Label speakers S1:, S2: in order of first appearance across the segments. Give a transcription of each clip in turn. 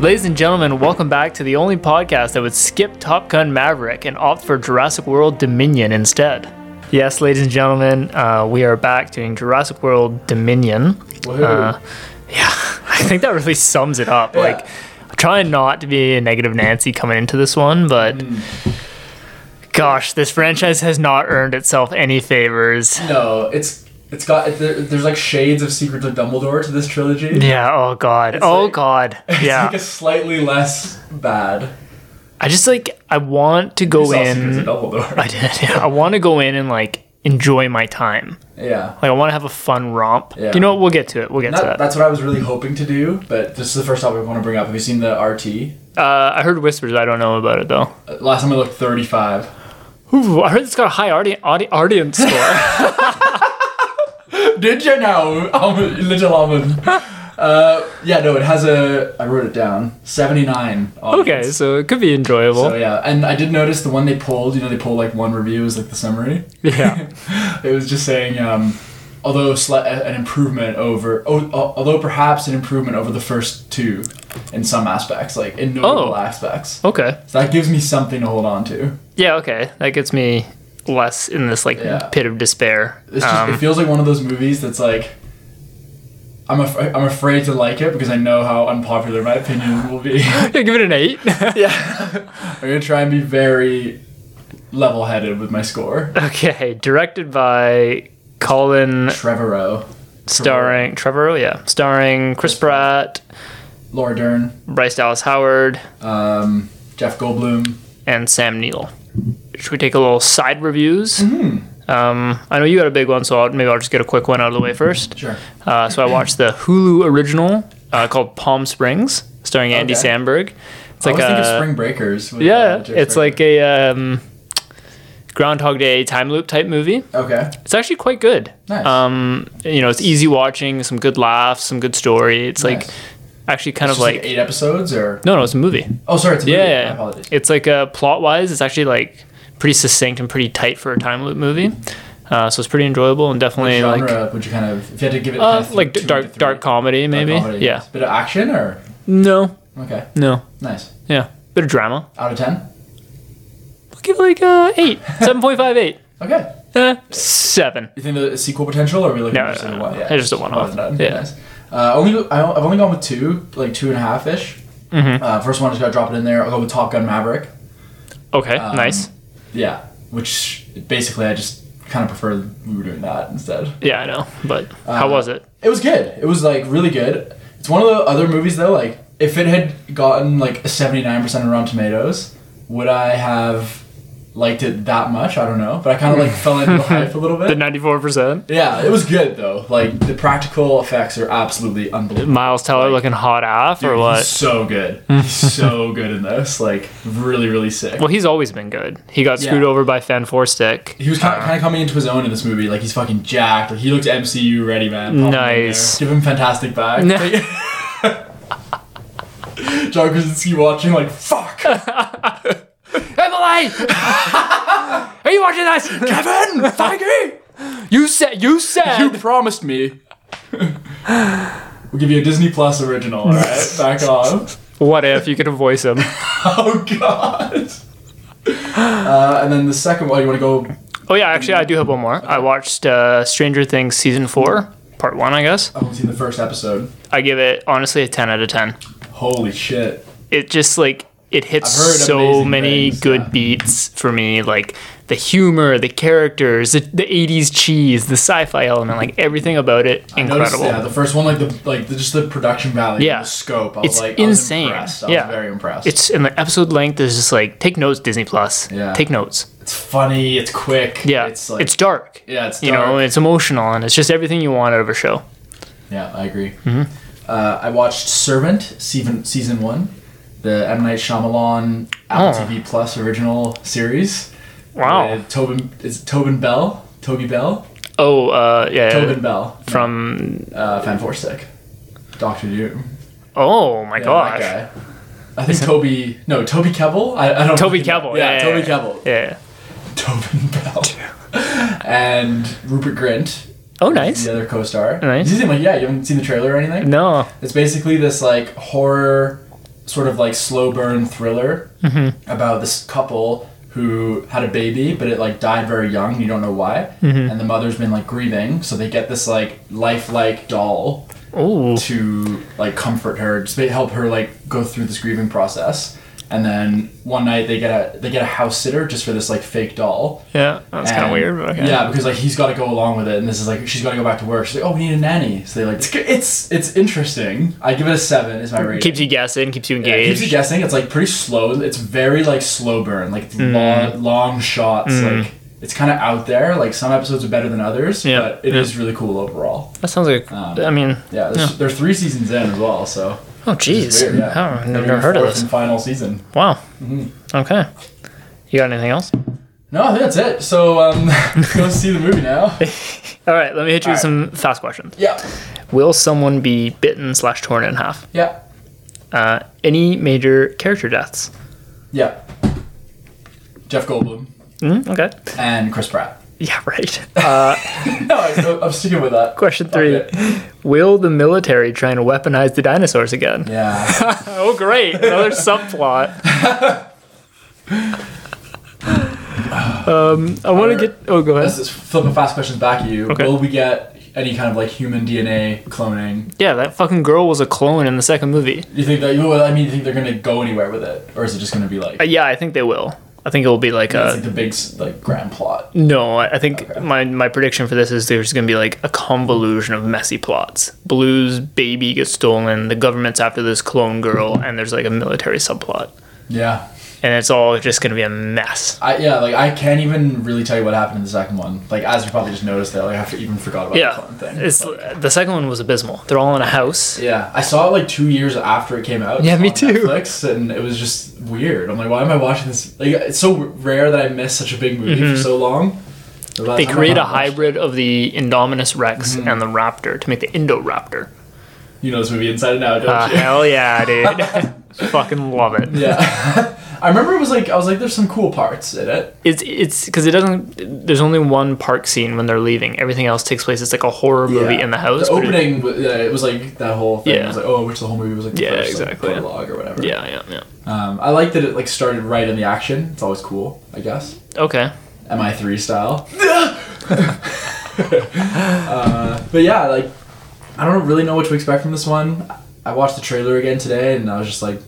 S1: Ladies and gentlemen, welcome back to the only podcast that would skip Top Gun Maverick and opt for Jurassic World Dominion instead. Yes, ladies and gentlemen, uh, we are back doing Jurassic World Dominion. Uh, yeah, I think that really sums it up. Like, trying not to be a negative Nancy coming into this one, but
S2: Hmm.
S1: gosh, this franchise has not earned itself any favors.
S2: No, it's it's got there, there's like shades of Secrets of Dumbledore to this trilogy.
S1: Yeah. Oh God. oh
S2: like-
S1: God.
S2: It's
S1: Yeah.
S2: like a slightly less bad.
S1: I just like I want to
S2: You
S1: go
S2: saw Secrets of
S1: in.
S2: Dumbledore.
S1: I did. Yeah. I want to go in and like enjoy my time.
S2: yeah.
S1: Like I want to have a fun romp.
S2: Yeah.
S1: You know what? We'll get to it. We'll get
S2: That-
S1: to
S2: that's what I was really hoping to do, but this is the first topic I want to bring up. Have you seen the RT?
S1: that. Uh, I heard whispers. I don't know about it though.
S2: Uh, Last time I looked, 35.
S1: Ooh, I heard it's got a high audi- audi- audience score.
S2: Did you know, um, little almond? Uh, yeah, no, it has a. I wrote it down. 79.
S1: okay,
S2: audience.
S1: so it could be enjoyable.
S2: So yeah, and I did notice the one they pulled. You know, they pulled like one review is like the summary.
S1: yeah.
S2: It was just saying, um, although sli- an improvement over, oh, although perhaps an improvement over the first two, in some aspects, like in notable
S1: Oh.
S2: aspects.
S1: Okay.
S2: So that gives me something to hold on to.
S1: Yeah. Okay. That gets me less in this like
S2: Yeah.
S1: pit of despair.
S2: It's just,
S1: Um,
S2: it feels like one of those movies that's like. I'm, af- I'm afraid to like it because I know how unpopular my opinion will be.
S1: yeah, give it an eight.
S2: yeah. I'm going to try and be very level headed with my score.
S1: okay. Directed by Colin
S2: Trevor Rowe,
S1: starring Trevor, yeah, starring Chris Pratt,
S2: Laura Dern,
S1: Bryce Dallas Howard,
S2: um, Jeff Goldblum.
S1: and Sam Neill. Should we take a little side reviews?
S2: Mm-hmm.
S1: Um, I know you had a big one, so I'll, maybe I'll just get a quick one out of the way first.
S2: Sure.
S1: Uh, so I watched the Hulu original uh, called Palm Springs, starring Andy
S2: Okay.
S1: Samberg. It's
S2: I
S1: like
S2: always think of
S1: a-
S2: Spring Breakers. With,
S1: yeah,
S2: uh, Jeff
S1: it's like
S2: Goldblum.
S1: a um, Groundhog Day time loop type movie.
S2: okay.
S1: It's actually quite good.
S2: Nice.
S1: Um, you know, it's easy watching, some good laughs, some good story. It's like
S2: Nice.
S1: actually kind
S2: It's
S1: of
S2: just like,
S1: like
S2: eight episodes or
S1: No, no, it's a movie.
S2: oh, sorry, it's a movie.
S1: Yeah,
S2: My
S1: yeah.
S2: apologies.
S1: It's like uh, plot wise, it's actually like pretty succinct and pretty tight for a time loop movie. Uh, so it's pretty enjoyable and definitely
S2: Genre?
S1: like
S2: would you kind of if you had to give it kind
S1: uh,
S2: of
S1: like
S2: two to
S1: dark
S2: three,
S1: dark comedy maybe.
S2: comedy,
S1: Yeah.
S2: bit of action or
S1: No,
S2: okay,
S1: no,
S2: nice.
S1: yeah, bit of drama.
S2: Out of ten.
S1: I'll give like uh, eight, seven point five eight,
S2: Okay.
S1: uh, seven.
S2: You think the sequel potential or are we looking
S1: No,
S2: just
S1: no,
S2: at
S1: no,
S2: one?
S1: no. It's just a one-off.
S2: done.
S1: Yeah.
S2: Nice. Uh, only I, I've only gone with two, like two and a half ish.
S1: Mm-hmm.
S2: Uh, first one, just gotta drop it in there. I'll go with Top Gun Maverick.
S1: Okay,
S2: Um,
S1: nice.
S2: Yeah, which basically I just kind of prefer we were doing that instead.
S1: Yeah, I know, but
S2: uh,
S1: how was it?
S2: It was good. It was like really good. It's one of the other movies though. Like if it had gotten like a seventy nine percent on Rotten Tomatoes, would I have liked it that much? I don't know. But I kind of like fell into the hype a little
S1: The
S2: bit.
S1: ninety four percent.
S2: Yeah, it was good though. Like the practical effects are absolutely unbelievable.
S1: Miles Teller
S2: Like,
S1: looking hot off
S2: dude,
S1: or
S2: he's
S1: what?
S2: so good. He's so good in this. Like really, really sick.
S1: Well, he's always been good. He got
S2: Yeah.
S1: screwed over by Fan Four Stick.
S2: He was kind of, kind of coming into his own in this movie. Like he's fucking jacked. Like, he looks MCU ready, man. Pop him in there.
S1: Nice.
S2: Give him fantastic back.
S1: No.
S2: John Krasinski watching like fuck
S1: Emily, are you watching this?
S2: Kevin Feige.
S1: You said. You said.
S2: You promised me. we'll give you a Disney Plus original. All right, back off.
S1: What if you could voice him?
S2: Oh god. Uh, and then the second one, you want to go?
S1: Oh yeah, actually, I do have one more. I watched uh, Stranger Things season four, part one, I guess.
S2: I haven't seen the first episode.
S1: I give it honestly a ten out of ten.
S2: Holy shit!
S1: It just like it hits
S2: I've heard
S1: so
S2: amazing
S1: many
S2: things,
S1: good
S2: yeah.
S1: beats for me. Like the humor, the characters, the, the '80s cheese, the sci-fi element, like everything about it,
S2: Notice,
S1: incredible.
S2: yeah, the first one, like the like the, just the production value,
S1: Yeah.
S2: the scope. I was
S1: It's
S2: like,
S1: insane.
S2: I was impressed. I
S1: Yeah.
S2: was very impressed.
S1: It's and the episode length is just like take notes, Disney Plus.
S2: Yeah.
S1: Take notes.
S2: It's funny. It's quick.
S1: Yeah.
S2: It's like
S1: it's dark.
S2: yeah. It's
S1: You know,
S2: dark.
S1: it's emotional and it's just everything you want out of a show.
S2: yeah. I agree.
S1: Mm-hmm.
S2: Uh, I watched Servant season season one, the M Night Shyamalan Apple
S1: Oh.
S2: TV Plus original series.
S1: Wow.
S2: With Tobin is it Tobin Bell. Toby Bell.
S1: Oh, uh, yeah.
S2: Tobin Bell
S1: From
S2: uh, Fan Forstick. Doctor Doom.
S1: oh my
S2: Yeah,
S1: gosh,
S2: That guy. I think Toby. No, Toby Kebbell. I, I don't.
S1: Toby
S2: fucking know.
S1: Kebbell.
S2: Yeah,
S1: Yeah,
S2: Toby
S1: yeah.
S2: Kebbell.
S1: yeah.
S2: Tobin Bell. and Rupert Grint.
S1: Oh, nice.
S2: The other co-star.
S1: Nice.
S2: Is he in, like yeah? You haven't seen the trailer or anything?
S1: No.
S2: It's basically this like horror sort of like slow burn thriller
S1: Mm-hmm.
S2: about this couple who had a baby, but it like died very young. You don't know why,
S1: Mm-hmm.
S2: and the mother's been like grieving, so they get this like lifelike doll
S1: Ooh.
S2: to like comfort her, just to help her like go through this grieving process. And then one night they get a they get a house sitter just for this like fake doll.
S1: Yeah, that's kind of
S2: And-
S1: weird. But okay.
S2: Yeah, because like he's got to go along with it, and this is like she's got to go back to work. She's like, oh, we need a nanny. So they like it's it's, it's interesting. I give it a seven. Is my rating.
S1: Keeps you guessing, keeps you
S2: Yeah, it keeps
S1: engaged.
S2: you guessing. It's like pretty slow. It's very like slow burn, like long long shots. Like it's kind of out there. Like some episodes are better than others,
S1: Yeah,
S2: but it is
S1: yeah.
S2: really cool overall.
S1: that sounds like.
S2: Um,
S1: I mean,
S2: Yeah, there's, there's three seasons in as well, so
S1: oh
S2: it's
S1: jeez,
S2: weird, yeah.
S1: oh, I've
S2: Maybe
S1: never heard of
S2: fourth Mm-hmm.
S1: this.
S2: and final season.
S1: Wow. Okay. You got anything else?
S2: No, I think that's it. So um, go see the movie now.
S1: All right, let me hit you with
S2: All
S1: some fast questions.
S2: Yeah,
S1: Will someone be bitten slash torn in half?
S2: yeah,
S1: Uh, any major character deaths?
S2: yeah. Jeff Goldblum
S1: Mm, okay.
S2: and Chris Pratt.
S1: Yeah, right. Uh,
S2: No, I, I'm sticking with that.
S1: question three:
S2: Okay.
S1: Will the military try and weaponize the dinosaurs again?
S2: Yeah.
S1: Oh, great! Another subplot. um, I want to get. Oh, go ahead.
S2: Let's just flip a fast questions back at you.
S1: Okay.
S2: Will we get any kind of like human DNA cloning?
S1: Yeah, that fucking girl was a clone in the second movie.
S2: Do you think that? Well, I mean, do you think they're gonna go anywhere with it, or is it just gonna be like,
S1: Uh, yeah, I think they will. I think it will be like
S2: it's
S1: a
S2: like the big s- like grand plot?
S1: no. I I think
S2: Okay.
S1: my my prediction for this is there's going to be like a convolution of messy plots. Blue's baby gets stolen. The government's after this clone girl, and there's like a military subplot,
S2: Yeah.
S1: and it's all just going to be a mess.
S2: I yeah, like I can't even really tell you what happened in the second one. Like as you probably just noticed, that like, I have even forgot about the
S1: Yeah,
S2: clone thing.
S1: it's the second one was abysmal. They're all in a house.
S2: Yeah, I saw it like two years after it came out.
S1: Yeah, me
S2: on
S1: too.
S2: Netflix, and it was just weird. I'm like, why am I watching this? Like, it's so rare that I miss such a big movie for so long. The
S1: Mm-hmm.
S2: last
S1: They
S2: time I
S1: create a
S2: watched-
S1: hybrid of the Indominus Rex
S2: Mm-hmm.
S1: and the Raptor to make the Indoraptor.
S2: You know this movie inside and out, don't
S1: Uh,
S2: you?
S1: hell yeah, dude! Fucking love it.
S2: Yeah. I remember it was like I was like, there's some cool parts in it.
S1: it's it's because it doesn't there's only one park scene when they're leaving everything else takes place it's like a horror movie
S2: Yeah.
S1: in the house
S2: The
S1: but it-
S2: opening, wa- yeah, it was like that whole thing.
S1: Yeah.
S2: It was like, oh, I wish the whole movie was like the
S1: Yeah,
S2: first, like,
S1: exactly.
S2: prologue or whatever.
S1: yeah yeah yeah
S2: Um, I like that it like started right in the action. It's always cool, I guess.
S1: okay
S2: MI3 style. uh, but yeah, like I don't really know what to expect from this one. I watched the trailer again today, and I was just like,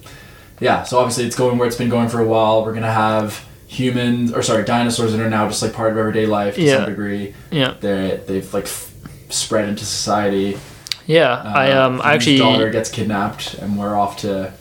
S2: yeah. So obviously, it's going where it's been going for a while. We're gonna have humans, or sorry, dinosaurs that are now just like part of everyday life to
S1: Yeah.
S2: some degree.
S1: yeah
S2: They they've like f- spread into society.
S1: yeah I
S2: Uh,
S1: um I
S2: Hugh's
S1: actually
S2: daughter gets kidnapped, and we're off to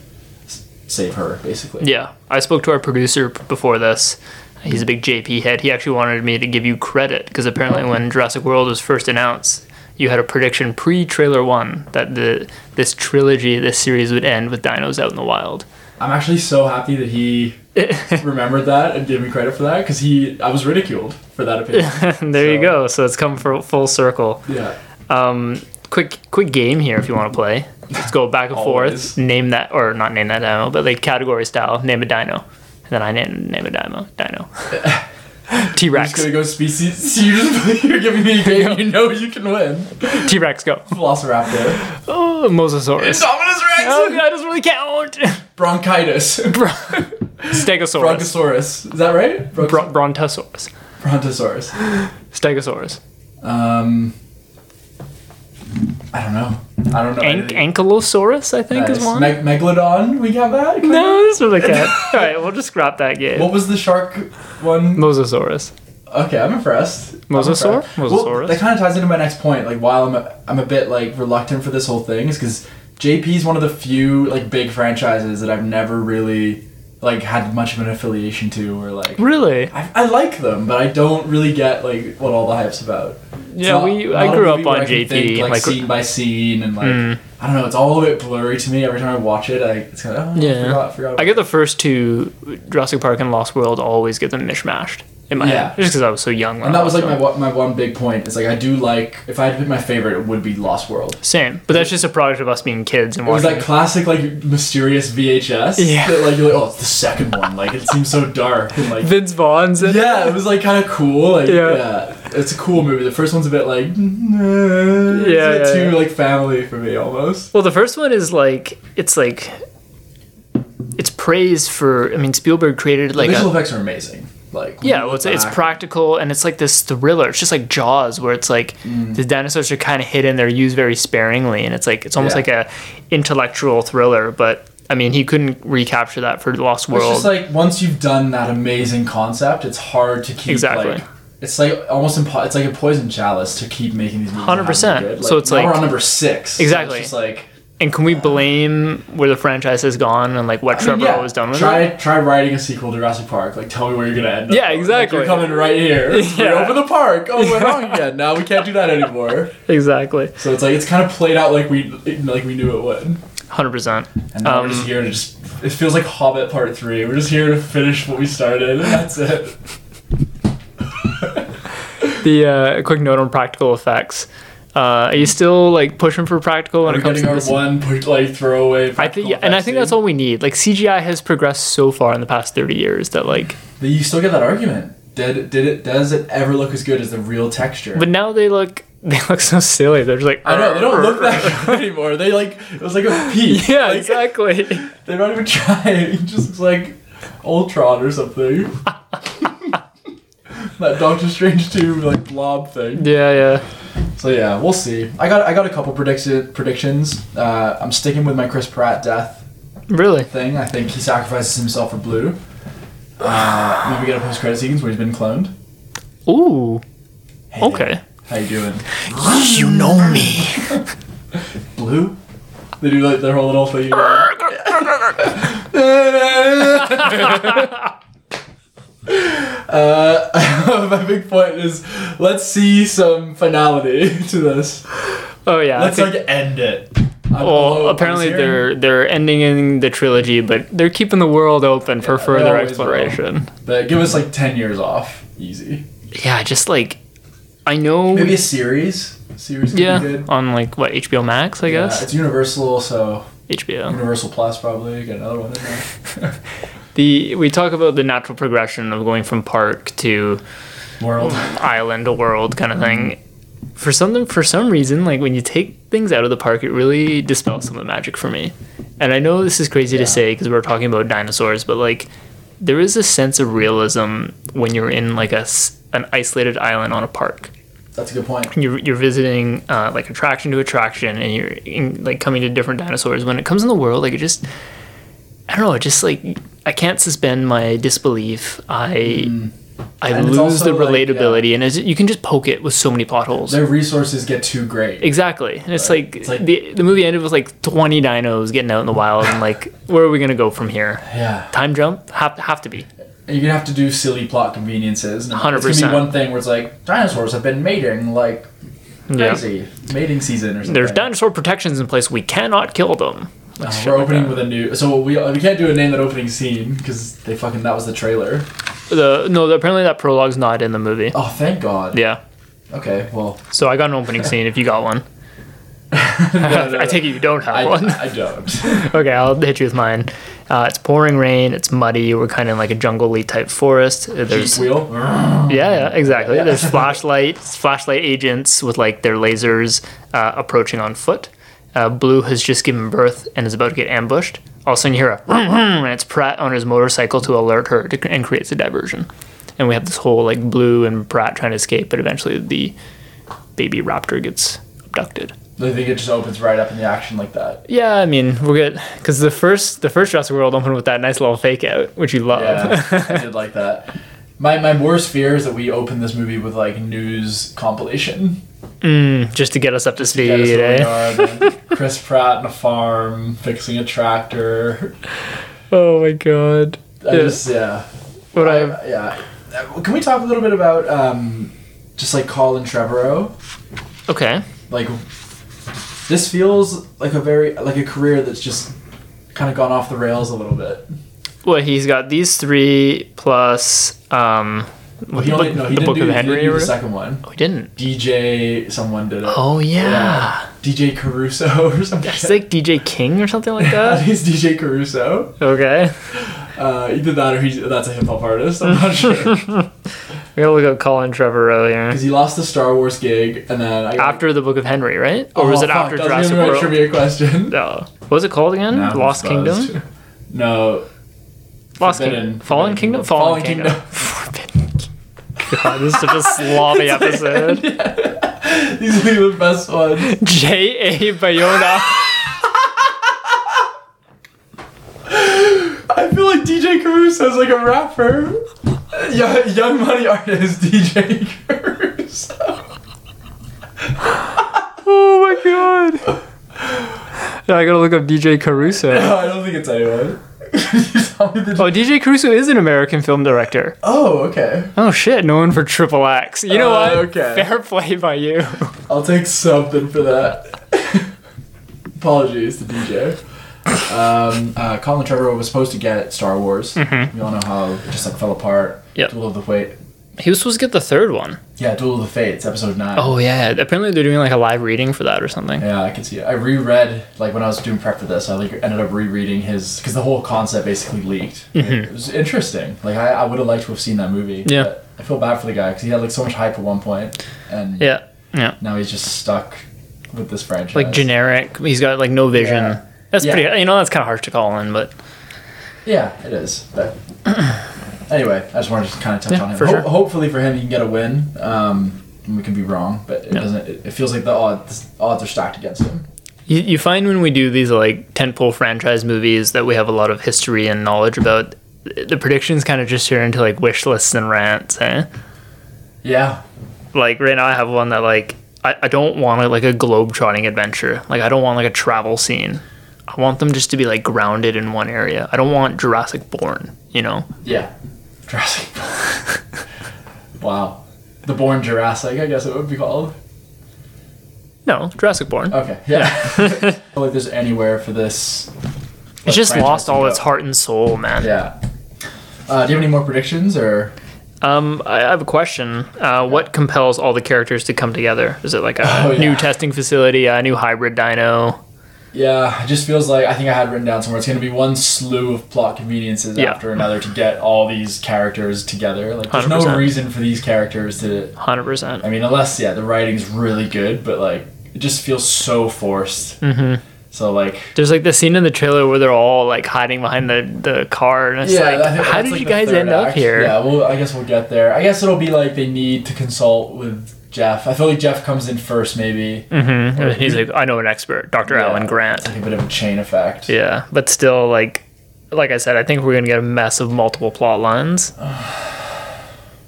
S2: s- save her basically.
S1: yeah I spoke to our producer p- before this he's a big JP head he actually wanted me to give you credit because apparently when Jurassic World was first announced you had a prediction pre trailer one that the this trilogy this series would end with dinos out in the wild
S2: I'm actually so happy that he remembered that and gave me credit for that because he I was ridiculed for that opinion.
S1: there you
S2: So-
S1: go so it's come for full circle
S2: yeah.
S1: Um, quick, quick game here if you want to play. Let's go back and forth.
S2: Always.
S1: Name that, or not name that dino, but like category style. Name a dino, and then I name name a dino. Dino. T
S2: I'm just
S1: Rex.
S2: gonna go species. So you just you're giving me a game you know you can win.
S1: T Rex. Go.
S2: Velociraptor.
S1: Oh, Mosasaurus.
S2: Indominus Rex.
S1: Oh god, it doesn't really count.
S2: Bronchitis.
S1: Bro- Stegosaurus.
S2: Bronchosaurus. Is that right? Bron-
S1: Bro- Brontosaurus.
S2: Brontosaurus.
S1: Stegosaurus.
S2: Um. I don't know. I don't know.
S1: Ank- Ankylosaurus, I think, is
S2: Nice.
S1: one.
S2: Meg- Megalodon. We got that. kinda?
S1: no, this really count. All right, we'll just scrap that game.
S2: What was the shark one?
S1: Mosasaurus.
S2: Okay, I'm impressed. I'm
S1: Mosasaur?
S2: impressed. Well,
S1: Mosasaurus?
S2: that kind of ties into my next point. Like, while I'm a, I'm a bit like reluctant for this whole thing, is because JP's one of the few like big franchises that I've never really like had much of an affiliation to, or like
S1: Really?
S2: I, I like them, but I don't really get like what all the hype's about. It's
S1: Yeah,
S2: not-
S1: we.
S2: not
S1: I
S2: a
S1: grew
S2: movie
S1: up
S2: where
S1: on
S2: I can
S1: JP.
S2: think, like,
S1: like Mm.
S2: scene by scene, and like I don't know, it's all a bit blurry to me every time I watch it. I, it's kind of oh,
S1: Yeah.
S2: I forgot, forgot about
S1: I get the first two Jurassic Park and Lost World always get them mishmashed in my
S2: Yeah.
S1: head, just because I was so young. When
S2: And
S1: I
S2: that was like my
S1: them.
S2: one- my one big point. Is like I do like if I had to pick my favorite, it would be Lost World.
S1: same, but that's just a product of us being kids and
S2: It was
S1: watching.
S2: that classic like mysterious VHS.
S1: Yeah.
S2: That, like you're like, oh, it's the second one. Like it seems so dark and like.
S1: Vince Vaughn's. in it.
S2: Yeah, it was like kind of cool. Like,
S1: Yeah.
S2: yeah. it's a cool movie. The first one's a bit like, yeah,
S1: Yeah,
S2: it's a bit
S1: yeah,
S2: too
S1: yeah.
S2: like family for me almost.
S1: Well, the first one is like it's like it's praised for. I mean, Spielberg created
S2: The
S1: like
S2: visual Ah.
S1: a,
S2: effects are amazing. Like when
S1: yeah,
S2: you
S1: well,
S2: look
S1: it's, it's
S2: back-
S1: practical and it's like this thriller. It's just like Jaws, where it's like
S2: Mm.
S1: the dinosaurs are kind of hidden. They're used very sparingly, and it's like it's almost
S2: Yeah.
S1: like a intellectual thriller. But I mean, he couldn't recapture that for Lost
S2: It's
S1: World.
S2: just like once you've done that amazing concept, it's hard to keep
S1: Exactly.
S2: like it's like almost impo- it's like a poison chalice to keep making these movies. and having them
S1: 100%.
S2: good.
S1: So it's
S2: now
S1: like-
S2: we're on number six. so
S1: Exactly.
S2: it's just like
S1: and can we blame where the franchise has gone and like what
S2: I mean,
S1: Trevor
S2: yeah,
S1: was done with
S2: try
S1: it?
S2: try writing a sequel to Jurassic Park. Like tell me where you're gonna end.
S1: Yeah,
S2: up. Like,
S1: exactly.
S2: you're coming right here. We
S1: Yeah.
S2: open the park. Oh, we're wrong again. Now we can't do that anymore.
S1: Exactly,
S2: So it's like it's kind of played out like we like we knew it would.
S1: hundred percent.
S2: And now
S1: Um,
S2: we're just here to just. It feels like Hobbit Part Three. We're just here to finish what we started. and That's it.
S1: The uh, a quick note on practical effects. Uh, are you still like pushing for practical when
S2: We're
S1: it comes
S2: getting
S1: to
S2: our
S1: this?
S2: one put- like throwaway.
S1: I think, yeah, and I think that's all we need. Like CGI has progressed so far in the past thirty years that like,
S2: But you still get that argument. Did did it? Does it ever look as good as the real texture?
S1: but now they look they look so silly. They're just like
S2: I know they don't look that good anymore. They like it was like a peak.
S1: Yeah,
S2: Like,
S1: exactly.
S2: They're not even trying. It just looks like Ultron or something. that Doctor Strange two like blob thing.
S1: yeah, yeah.
S2: So yeah, we'll see. I got I got a couple prediction, predictions. Uh, I'm sticking with my Chris Pratt death
S1: Really?
S2: thing. I think he sacrifices himself for Blue. Uh, maybe we get a post credit sequence where he's been cloned.
S1: Ooh.
S2: Hey,
S1: Okay.
S2: How you doing,
S1: You know me.
S2: Blue? They do like their whole little thing. uh, my big point is, let's see some finality to this.
S1: Oh yeah. I
S2: Let's
S1: think-
S2: like end it. I'm
S1: well,
S2: below- I'm
S1: apparently
S2: serious.
S1: they're they're ending in the trilogy, but they're keeping the world open for
S2: Yeah, they
S1: further
S2: always will.
S1: exploration.
S2: But give us like ten years off, easy.
S1: Yeah, just like I know.
S2: Maybe a series. series could be
S1: yeah,
S2: good.
S1: on like what HBO Max, I
S2: Yeah,
S1: guess
S2: it's Universal, so
S1: HBO.
S2: Universal Plus probably get another one in there.
S1: The we talk about the natural progression of going from park to
S2: World.
S1: island to world kind
S2: Mm-hmm.
S1: of thing. For something for some reason, like when you take things out of the park, it really dispels some of the magic for me. And I know this is crazy
S2: Yeah.
S1: to say because we're talking about dinosaurs, but like there is a sense of realism when you're in like a s- an isolated island on a park.
S2: That's a good point.
S1: You're you're visiting uh, like attraction to attraction, and you're in, like coming to different dinosaurs. When it comes in the world, like it just I don't know, it just like I can't suspend my disbelief. I I
S2: And it's
S1: lose the
S2: also, like, yeah.
S1: relatability, and it's, you can just poke it with so many potholes.
S2: Their resources get too great.
S1: exactly, and it's
S2: Right.
S1: like,
S2: It's like-
S1: the the movie ended with like twenty dinos getting out in the wild, and like where are we gonna go from here?
S2: Yeah.
S1: Time jump have have to be
S2: And you're gonna have to do silly plot conveniences. And It's gonna
S1: 100%.
S2: be one thing where it's like dinosaurs have been mating like
S1: Yeah.
S2: crazy, mating season or something.
S1: There's dinosaur protections in place. We cannot kill them.
S2: Uh,
S1: Shit
S2: we're
S1: like
S2: opening
S1: that.
S2: with a new. So we we can't do a name that opening scene because they fucking that was the trailer.
S1: The no, apparently that prologue's not in the movie.
S2: Oh, thank God.
S1: Yeah,
S2: Okay. Well,
S1: so I got an opening scene. If you got one,
S2: no, no.
S1: I take it you don't have
S2: I,
S1: one.
S2: I don't.
S1: Okay, I'll hit you with mine. Uh, it's pouring rain. It's muddy. We're kind of in like a jungly type forest. Uh, There's yeah,
S2: wheel.
S1: yeah, exactly.
S2: Oh. Yeah.
S1: There's flashlights, flashlight agents with like their lasers uh, approaching on foot. Uh, Blue has just given birth and is about to get ambushed. All of a sudden, you hear a and it's Pratt on his motorcycle to alert her to, and creates a diversion. And we have this whole like Blue and Pratt trying to escape, but eventually the baby raptor gets abducted.
S2: I think it just opens right up in the action like that.
S1: Yeah, I mean, we're good because the first the first Jurassic World opened with that nice little fake out, which you love.
S2: Yeah, I did like that. My, my worst fear is that we open this movie with like news compilation.
S1: Just to get us up to speed.
S2: Yeah, that's where we
S1: eh?
S2: are, then. Chris Pratt on a farm fixing a tractor.
S1: Oh my god.
S2: I
S1: Yeah.
S2: just yeah.
S1: What I
S2: Uh, yeah. Uh, Can we talk a little bit about um, just like Colin Trevorrow?
S1: okay.
S2: Like this feels like a very like a career that's just kind of gone off the rails a little bit.
S1: Well, he's got these three plus um.
S2: Well, he
S1: the
S2: only,
S1: book,
S2: no, he
S1: the
S2: didn't
S1: Book
S2: do,
S1: of
S2: he
S1: Henry.
S2: didn't do
S1: or
S2: the
S1: whatever.
S2: second one.
S1: oh, he didn't.
S2: DJ someone did it.
S1: Oh yeah.
S2: DJ Caruso or something.
S1: It's like DJ King or something like
S2: I
S1: that.
S2: think it's DJ Caruso.
S1: okay.
S2: Uh, either that or he's, that's a hip hop artist. I'm not sure.
S1: We gotta look up Colin Trevorrow here.
S2: Because he lost the Star Wars gig and then I got
S1: After the Book of Henry, right? Or was
S2: Oh,
S1: it
S2: fuck,
S1: after
S2: that was
S1: Jurassic
S2: gonna be my
S1: World?
S2: trivia question.
S1: No. What was it called again?
S2: Now I'm
S1: Lost Kingdom.
S2: buzzed. No.
S1: Lost
S2: Forbidden.
S1: King- Fallen
S2: Forbidden
S1: Kingdom.
S2: Kingdom.
S1: Fallen
S2: Fallen
S1: Kingdom.
S2: Kingdom.
S1: Forbidden. Kingdom. God, this is such a sloppy episode.
S2: These are the best ones.
S1: J.A. Bayona.
S2: I feel like DJ Caruso's like a rapper. Yo- Young money artist DJ Caruso.
S1: Oh my god. Now I gotta look up DJ Caruso.
S2: No, I don't think it's anyone. You tell me the-
S1: Oh, DJ Caruso is an American film director.
S2: oh, okay.
S1: Oh shit, known for Triple X. You know
S2: Uh,
S1: what?
S2: okay.
S1: Fair play by you.
S2: I'll take something for that. Apologies to DJ. Um, uh, Colin Trevorrow was supposed to get Star Wars.
S1: Mm-hmm.
S2: We all know how it just like fell apart.
S1: Yep.
S2: Duel of the Fate.
S1: He was supposed to get the third one.
S2: Yeah, Duel of the Fates, episode nine.
S1: Oh yeah. Apparently they're doing like a live reading for that or something.
S2: Yeah, I can see it. I reread like when I was doing prep for this. I like ended up rereading his because the whole concept basically leaked. It was interesting. Like I, I would have liked to have seen that movie.
S1: Mm-hmm. Yeah.
S2: but I feel bad for the guy because he had like so much hype at one point, and
S1: Yeah. Yeah.
S2: now he's just stuck with this franchise.
S1: Like generic. He's got like no vision.
S2: Yeah.
S1: That's
S2: Yeah.
S1: pretty you know, that's kinda harsh to call in, but
S2: Yeah, it is. But anyway, I just wanted to kind of touch
S1: Yeah,
S2: on him.
S1: for
S2: Ho-
S1: sure.
S2: Hopefully for him, he can get a win. Um, and we can be wrong, but it
S1: Yeah.
S2: doesn't. It, it feels like the odds odds are stacked against him.
S1: You, you find when we do these like tentpole franchise movies that we have a lot of history and knowledge about. The predictions kind of just turn into like wish lists and rants. Eh?
S2: Yeah,
S1: Like right now, I have one that like I, I don't want like a globe trotting adventure. Like I don't want like a travel scene. I want them just to be like grounded in one area. I don't want Jurassic Born. You know?
S2: yeah. Jurassic. wow, the Born Jurassic, I guess it would be called.
S1: No, Jurassic Born.
S2: Okay, yeah. I feel like there's anywhere for this.
S1: it's just
S2: franchise
S1: lost
S2: to
S1: all
S2: go.
S1: its heart and soul, man.
S2: Yeah. Uh, do you have any more predictions or?
S1: Um, I I have a question. Uh, what compels all the characters to come together? Is it like a
S2: Oh, yeah.
S1: new testing facility, a new hybrid dino?
S2: Yeah, it just feels like I think I had written down somewhere. It's going to be one slew of plot conveniences
S1: Yeah.
S2: after another to get all these characters together. Like, there's no
S1: 100%.
S2: reason for these characters to.
S1: Hundred percent.
S2: I mean, unless yeah, the writing's really good, but like it just feels so forced. Mm-hmm. So like,
S1: There's like the scene in the trailer where they're all like hiding behind the, the car, and it's
S2: yeah, I
S1: like,
S2: think
S1: how
S2: that's,
S1: did
S2: like,
S1: you
S2: the
S1: guys
S2: third
S1: end up
S2: act.
S1: here?
S2: Yeah, well, I guess we'll get there. I guess it'll be like they need to consult with Jeff. I feel like Jeff comes in first, maybe.
S1: Mm-hmm. And then he's like, I know an expert, Dr.
S2: Yeah.
S1: Alan Grant.
S2: It's like a bit of a chain effect.
S1: Yeah, but still, like, like I said, I think we're gonna get a mess of multiple plot lines.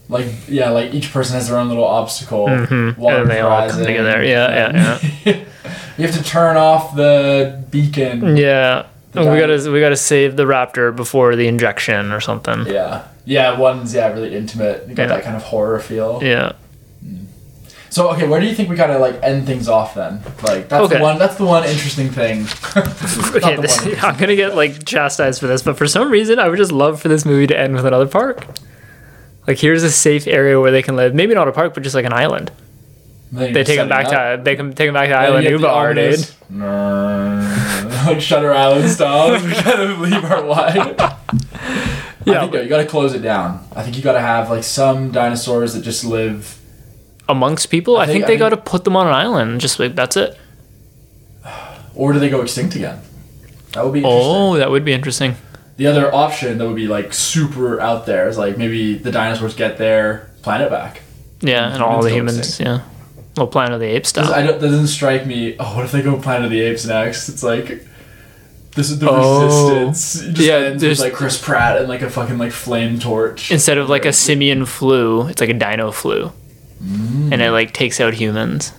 S2: like yeah, like each person has their own little obstacle. Water
S1: Mm-hmm. And they all come
S2: rising.
S1: together. Yeah, yeah, Mm.
S2: you have to turn off the beacon.
S1: Yeah,
S2: Um, The
S1: we
S2: guy-
S1: gotta we gotta save the raptor before the injection or something. Yeah.
S2: Yeah, yeah, one's yeah really intimate. You got
S1: Yeah.
S2: that kind of horror feel. So okay, where do you think we kind of like end things off then? Like that's
S1: Okay.
S2: the one. That's the one interesting thing. Not
S1: Okay,
S2: the
S1: this,
S2: one interesting-
S1: I'm gonna get like chastised for this, but for some reason, I would just love for this movie to end with another park. Like, here's a safe area where they can live. Maybe not a park, but just like an island.
S2: Then
S1: They
S2: you
S1: take him
S2: set it
S1: back
S2: up.
S1: to they can take him back to
S2: Then
S1: Island
S2: you get the
S1: Ubar, dude.
S2: ominous- Mm, like Shutter Island style, we gotta leave our wide. I
S1: Yeah,
S2: think though, you gotta close it down. I think you gotta have like some dinosaurs that just live
S1: amongst people, I,
S2: I
S1: think,
S2: think-
S1: they got
S2: I
S1: to put them on an island. and Just like that's it.
S2: or do they go extinct again? That would be interesting.
S1: Oh, that would be interesting.
S2: The other option that would be like super out there is like maybe the dinosaurs get their planet back.
S1: Yeah, and all
S2: Humans
S1: the
S2: go
S1: humans.
S2: extinct.
S1: Yeah, well, Planet of the Apes
S2: 'Cause
S1: style.
S2: I don't, that doesn't strike me. Oh, what if they go Planet of the Apes next? It's like this is the
S1: Oh.
S2: resistance. It just
S1: Yeah,
S2: ends
S1: there's-
S2: with like Chris Pratt and like a fucking like flame torch.
S1: Instead of like a simian flu, it's like a dino flu, and
S2: Mm.
S1: it like takes out humans.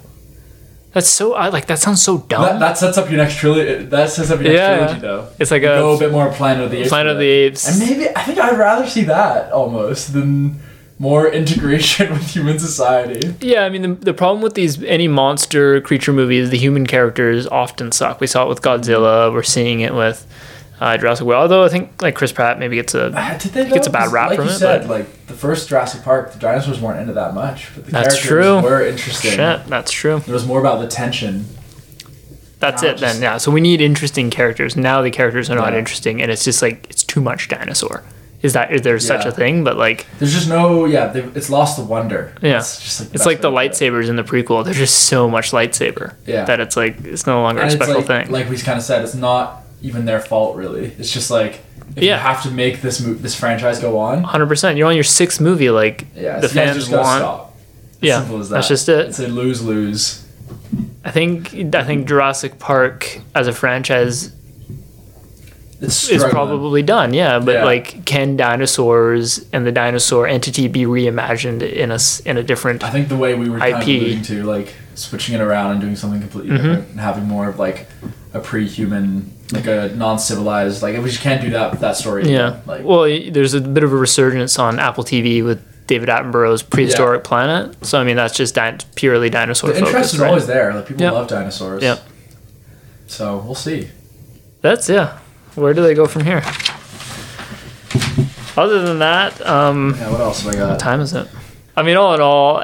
S1: That's so I like that sounds so dumb.
S2: that, that sets up your next trilogy. That sets up your next
S1: Yeah.
S2: trilogy though.
S1: it's like
S2: Go a
S1: a
S2: bit more Planet of the Apes.
S1: Planet of
S2: with
S1: the
S2: it.
S1: Apes.
S2: And maybe I think I'd rather see that almost than more integration with human society.
S1: Yeah, I mean the, the problem with these any monster creature movie is the human characters often suck. We saw it with
S2: Mm-hmm.
S1: Godzilla. We're seeing it with uh, Jurassic World. Although I think like Chris Pratt maybe gets a
S2: Uh, Did they
S1: Gets
S2: though?
S1: a bad
S2: 'Cause
S1: rap
S2: like
S1: from
S2: you
S1: it,
S2: said,
S1: but-
S2: like the first Jurassic Park, the dinosaurs weren't into that much, but the
S1: That's
S2: characters
S1: true.
S2: were interesting.
S1: shit. That's true.
S2: It was more about the tension.
S1: That's
S2: Now
S1: it then.
S2: just-
S1: Yeah. So we need interesting characters. Now the characters are not
S2: Yeah.
S1: interesting, and it's just like it's too much dinosaur. Is that is there such
S2: Yeah.
S1: a thing? But like
S2: There's just no, yeah, they've- it's lost the wonder.
S1: Yeah.
S2: it's just like
S1: it's
S2: best
S1: like the
S2: way to put it.
S1: lightsabers in the prequel. There's just so much lightsaber
S2: Yeah.
S1: that it's like it's no longer
S2: And
S1: a
S2: it's
S1: special
S2: like,
S1: thing.
S2: Like we kind of said, it's not even their fault really. It's just like if you
S1: Yeah.
S2: have to make this mo- this franchise go on.
S1: 100%. You're on your sixth movie. Like,
S2: Yeah,
S1: the
S2: so you guys
S1: fans
S2: just gotta
S1: want.
S2: Stop.
S1: yeah,
S2: Simple as that.
S1: that's just it.
S2: It's a lose lose.
S1: I think I think Jurassic Park as a franchise
S2: It's
S1: is
S2: struggling.
S1: probably done. Yeah, but
S2: Yeah.
S1: like, can dinosaurs and the dinosaur entity be reimagined in a s- in a different?
S2: I think the way we were kind of
S1: IP.
S2: alluding to, like switching it around and doing something completely
S1: Mm-hmm.
S2: different, and having more of like a pre-human, like a non-civilized, like we just can't do that that story.
S1: Yeah.
S2: Like
S1: well, y- there's a bit of a resurgence on Apple TV with David Attenborough's Prehistoric Planet. So I mean, that's just di- purely dinosaur
S2: the interest
S1: focused.
S2: is
S1: right?
S2: always there. Like people
S1: Yeah.
S2: love dinosaurs.
S1: Yeah.
S2: So we'll see.
S1: That's yeah. Where do they go from here? Other than that, um,
S2: Yeah. What else have I
S1: what
S2: got?
S1: time is it? I mean, all in all,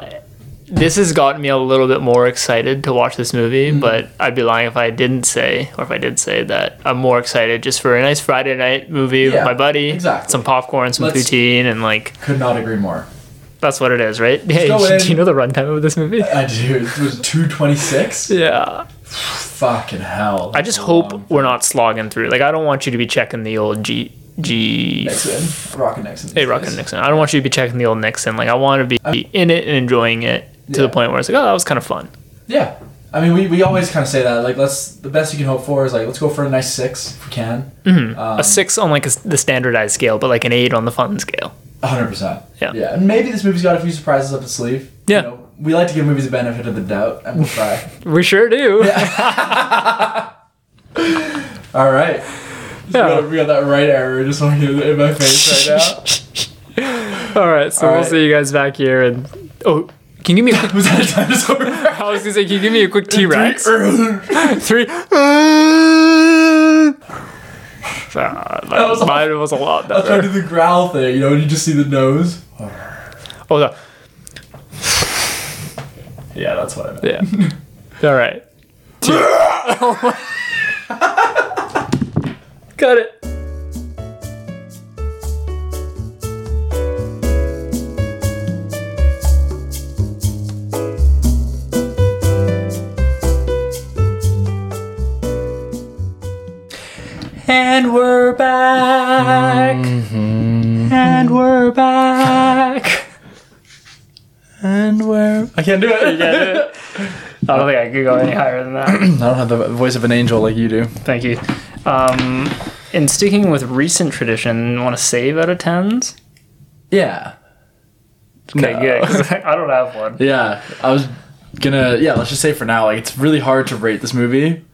S1: this has gotten me a little bit more excited to watch this movie.
S2: Mm-hmm.
S1: But I'd be lying if I didn't say, or if I did say that I'm more excited just for a nice Friday night movie with
S2: Yeah,
S1: my buddy,
S2: exactly.
S1: some popcorn, some
S2: Let's-
S1: poutine, and like
S2: Could not agree more.
S1: That's what it is, right? Hey,
S2: go in.
S1: do you know the runtime of this movie?
S2: I do. It was two twenty-six.
S1: Yeah.
S2: Fucking hell. Um,
S1: I just hope we're not slogging through. Like, I don't want you to be checking the old G. G.
S2: Nixon. Rockin' Nixon.
S1: Hey, Rock and Nixon. I don't want you to be checking the old Nixon. Like, I want to be in it and enjoying it to the
S2: Uh, Yeah.
S1: point where it's like, oh, that was kind of fun.
S2: Yeah. I mean, we, we always kind of say that. Like, let's the best you can hope for is like let's go for a nice six if we can. Um,
S1: Mm-hmm. a six on like a s the standardized scale, but like an eight on the fun scale.
S2: hundred percent.
S1: Yeah.
S2: Yeah. And maybe this movie's got a few surprises up its sleeve.
S1: Yeah.
S2: You know, we like to give movies the benefit of the doubt, and we'll try.
S1: We sure do.
S2: All right.
S1: Yeah.
S2: We, got, we got that right error. Just want to hear it in my face right now.
S1: All right, so
S2: All
S1: we'll
S2: right.
S1: see you guys back here. And oh, can you give me? A quick,
S2: Was that a dinosaur?
S1: I was gonna say, can you give me a quick T Rex?
S2: that
S1: Three. Ah, that
S2: was
S1: was mine was a lot
S2: tried
S1: better.
S2: to do the growl thing, you know, and you just see the nose.
S1: Oh, no.
S2: Yeah, that's what I meant.
S1: yeah. All right. Two. Got it. And we're back. And we're back.
S2: And where? I can't do it.
S1: I don't think I could go any higher than that.
S2: I don't have the voice of an angel like you do.
S1: Thank you. Um, in sticking with recent tradition, want to save out of tens?
S2: Yeah.
S1: Okay,
S2: No.
S1: good. 'cause I don't have one.
S2: Yeah, I was gonna. Yeah, let's just say for now, like it's really hard to rate this movie.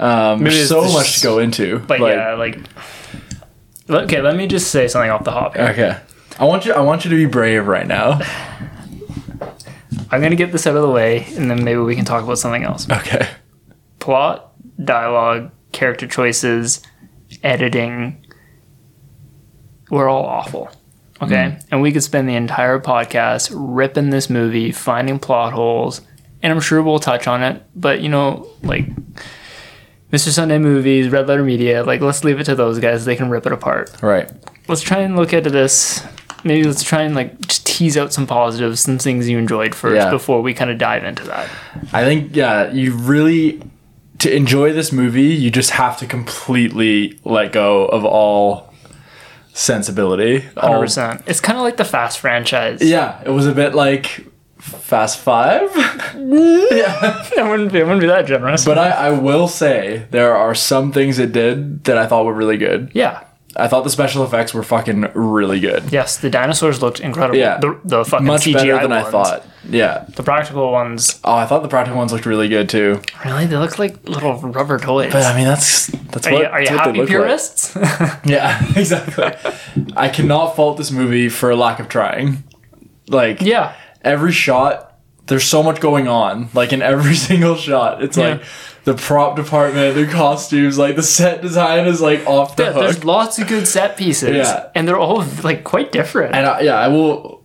S2: Um,
S1: Maybe
S2: there's
S1: it's
S2: so
S1: just-
S2: much to go into.
S1: But yeah, like. le- Okay, let me just say something off the hop here.
S2: Okay. I want you. I want you to be brave right now.
S1: I'm gonna get this out of the way, and then maybe we can talk about something else.
S2: Okay.
S1: Plot, dialogue, character choices, editing. We're all awful. Okay,
S2: Mm.
S1: and we could spend the entire podcast ripping this movie, finding plot holes, and I'm sure we'll touch on it. But you know, like Mr. Sunday Movies, Red Letter Media, like let's leave it to those guys. They can rip it apart.
S2: Right.
S1: let's try and look into this. Maybe let's try and like just tease out some positives, some things you enjoyed first
S2: Yeah.
S1: before we kind of dive into that.
S2: I think yeah. You really to enjoy this movie, you just have to completely let go of all sensibility. all-
S1: 100%. It's kind of like the Fast franchise.
S2: yeah, it was a bit like Fast Five. yeah.
S1: I wouldn't be, I wouldn't be that generous.
S2: But I, I will say there are some things it did that I thought were really good.
S1: yeah.
S2: I thought the special effects were fucking really good.
S1: Yes, the dinosaurs looked incredible.
S2: Yeah.
S1: The, the fucking
S2: Much
S1: CGI
S2: better than
S1: ones.
S2: I thought. Yeah.
S1: The practical ones,
S2: Oh, I thought the practical ones looked really good too.
S1: really, they look like little rubber toys.
S2: But I mean, that's that's
S1: are
S2: what,
S1: you, are you
S2: that's what they
S1: happy
S2: look
S1: purists?
S2: Like. Yeah, exactly. I cannot fault this movie for lack of trying. Like
S1: yeah.
S2: every shot, there's so much going on. Like in every single shot, it's
S1: Yeah.
S2: like the prop department, the costumes, like the set design is like off the
S1: Yeah,
S2: hook.
S1: there's lots of good set pieces,
S2: Yeah.
S1: and they're all like quite different.
S2: And I, yeah, I will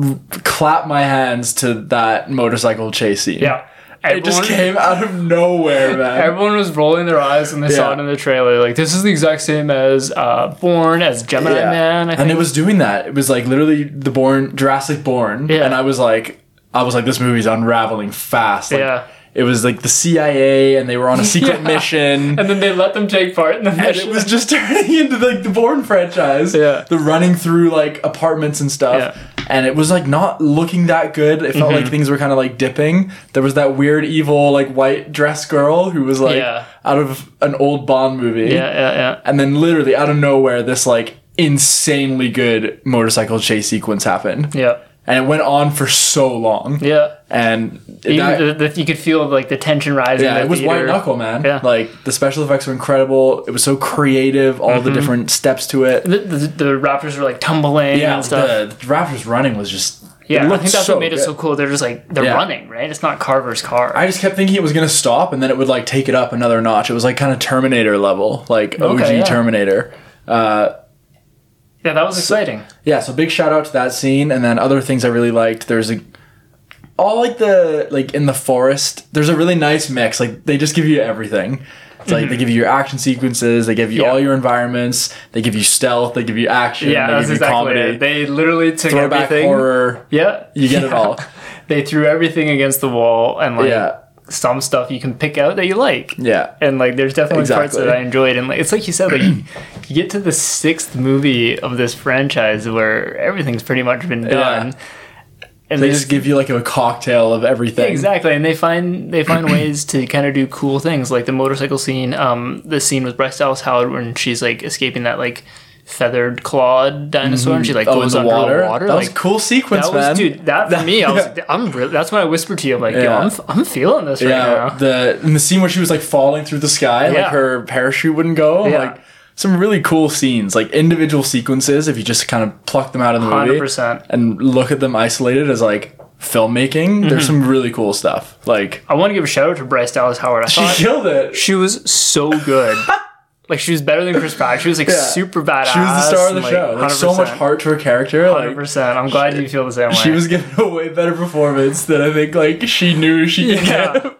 S2: r- clap my hands to that motorcycle chase scene.
S1: yeah,
S2: It
S1: Everyone-
S2: just came out of nowhere, man.
S1: Everyone was rolling their eyes when they saw
S2: Yeah.
S1: it in the trailer. Like, this is the exact same as uh, Born, as Gemini
S2: Yeah.
S1: Man. I
S2: and
S1: think.
S2: it was doing that. It was like literally the born Jurassic Born.
S1: Yeah.
S2: And I was like I was like, this movie's unraveling fast. Like,
S1: Yeah.
S2: it was like the CIA and they were on a secret mission.
S1: And then they let them take part in the
S2: And it
S1: mission.
S2: was just turning into like the Bourne franchise.
S1: Yeah.
S2: The running through like apartments and stuff. And it was like not looking that good. It
S1: Mm-hmm.
S2: felt like things were kind of like dipping. There was that weird evil like white dress girl who was like
S1: Yeah.
S2: out of an old Bond movie.
S1: yeah, yeah, yeah.
S2: And then literally out of nowhere this like insanely good motorcycle chase sequence happened.
S1: Yeah.
S2: And it went on for so long.
S1: Yeah.
S2: And
S1: Even
S2: that-
S1: the, the, you could feel like the tension rising. in
S2: yeah,
S1: the
S2: it was
S1: theater.
S2: white knuckle, man.
S1: Yeah.
S2: Like the special effects were incredible. It was so creative, all the different steps to it.
S1: Mm-hmm. The, the, the Raptors were like tumbling
S2: Yeah,
S1: and stuff.
S2: the, the Raptors running was just
S1: yeah,
S2: It
S1: I
S2: looked
S1: think that's
S2: so
S1: what made it
S2: good.
S1: so cool. They're just like they're
S2: Yeah.
S1: running, right? It's not Carver's car.
S2: I just kept thinking it was gonna stop and then it would like take it up another notch. It was like kind of Terminator level, like OG
S1: Okay, yeah.
S2: Terminator. Uh,
S1: yeah, that was exciting.
S2: yeah, so big shout out to that scene, and then other things I really liked. There's a all like the like in the forest. There's a really nice mix. Like they just give you everything. It's like they give you your action sequences, they give you
S1: Mm-hmm. Yeah.
S2: all your environments, they give you stealth, they give you action,
S1: Yeah,
S2: they
S1: that's
S2: give you
S1: exactly
S2: comedy,
S1: it. They literally took
S2: throwback
S1: everything.
S2: horror.
S1: Yeah,
S2: You get it all.
S1: They threw everything against the wall, and like
S2: Yeah,
S1: some stuff you can pick out that you like.
S2: yeah.
S1: And like, there's definitely parts
S2: Exactly.
S1: that I enjoyed, and like, it's like you said, like, you get to the sixth movie of this franchise where everything's pretty much been done, and
S2: They just give you like a cocktail of everything.
S1: Exactly, and they find they find ways to kind of do cool things, like the motorcycle scene. Um, the scene with Bryce Dallas Howard when she's like escaping that like feathered clawed dinosaur, and she like
S2: Oh, in
S1: goes
S2: the
S1: under
S2: water.
S1: the water.
S2: That
S1: like,
S2: was a cool sequence,
S1: that was
S2: man.
S1: dude. That for me, I was. I'm. Re- that's when I whispered to you. I'm like, yo,
S2: Yeah.
S1: I'm, f- I'm feeling this right
S2: Yeah,
S1: now.
S2: the in the scene where she was like falling through the sky,
S1: Yeah.
S2: like her parachute wouldn't go.
S1: Yeah.
S2: Like some really cool scenes, like individual sequences. If you just kind of pluck them out of the movie
S1: 100%.
S2: and look at them isolated as like filmmaking, there's
S1: Mm-hmm.
S2: some really cool stuff. Like Uh,
S1: I want to give a shout out to Bryce Dallas Howard. I
S2: she
S1: thought
S2: killed it.
S1: she was so good. like she was better than Chris Pratt. She was like super badass.
S2: She was the star of the
S1: and, like,
S2: show. Like so much
S1: 100%.
S2: heart to her character.
S1: Hundred
S2: Like,
S1: percent. I'm glad you feel the same way.
S2: she was giving a way better performance than I think like she knew she could
S1: Yeah.
S2: give.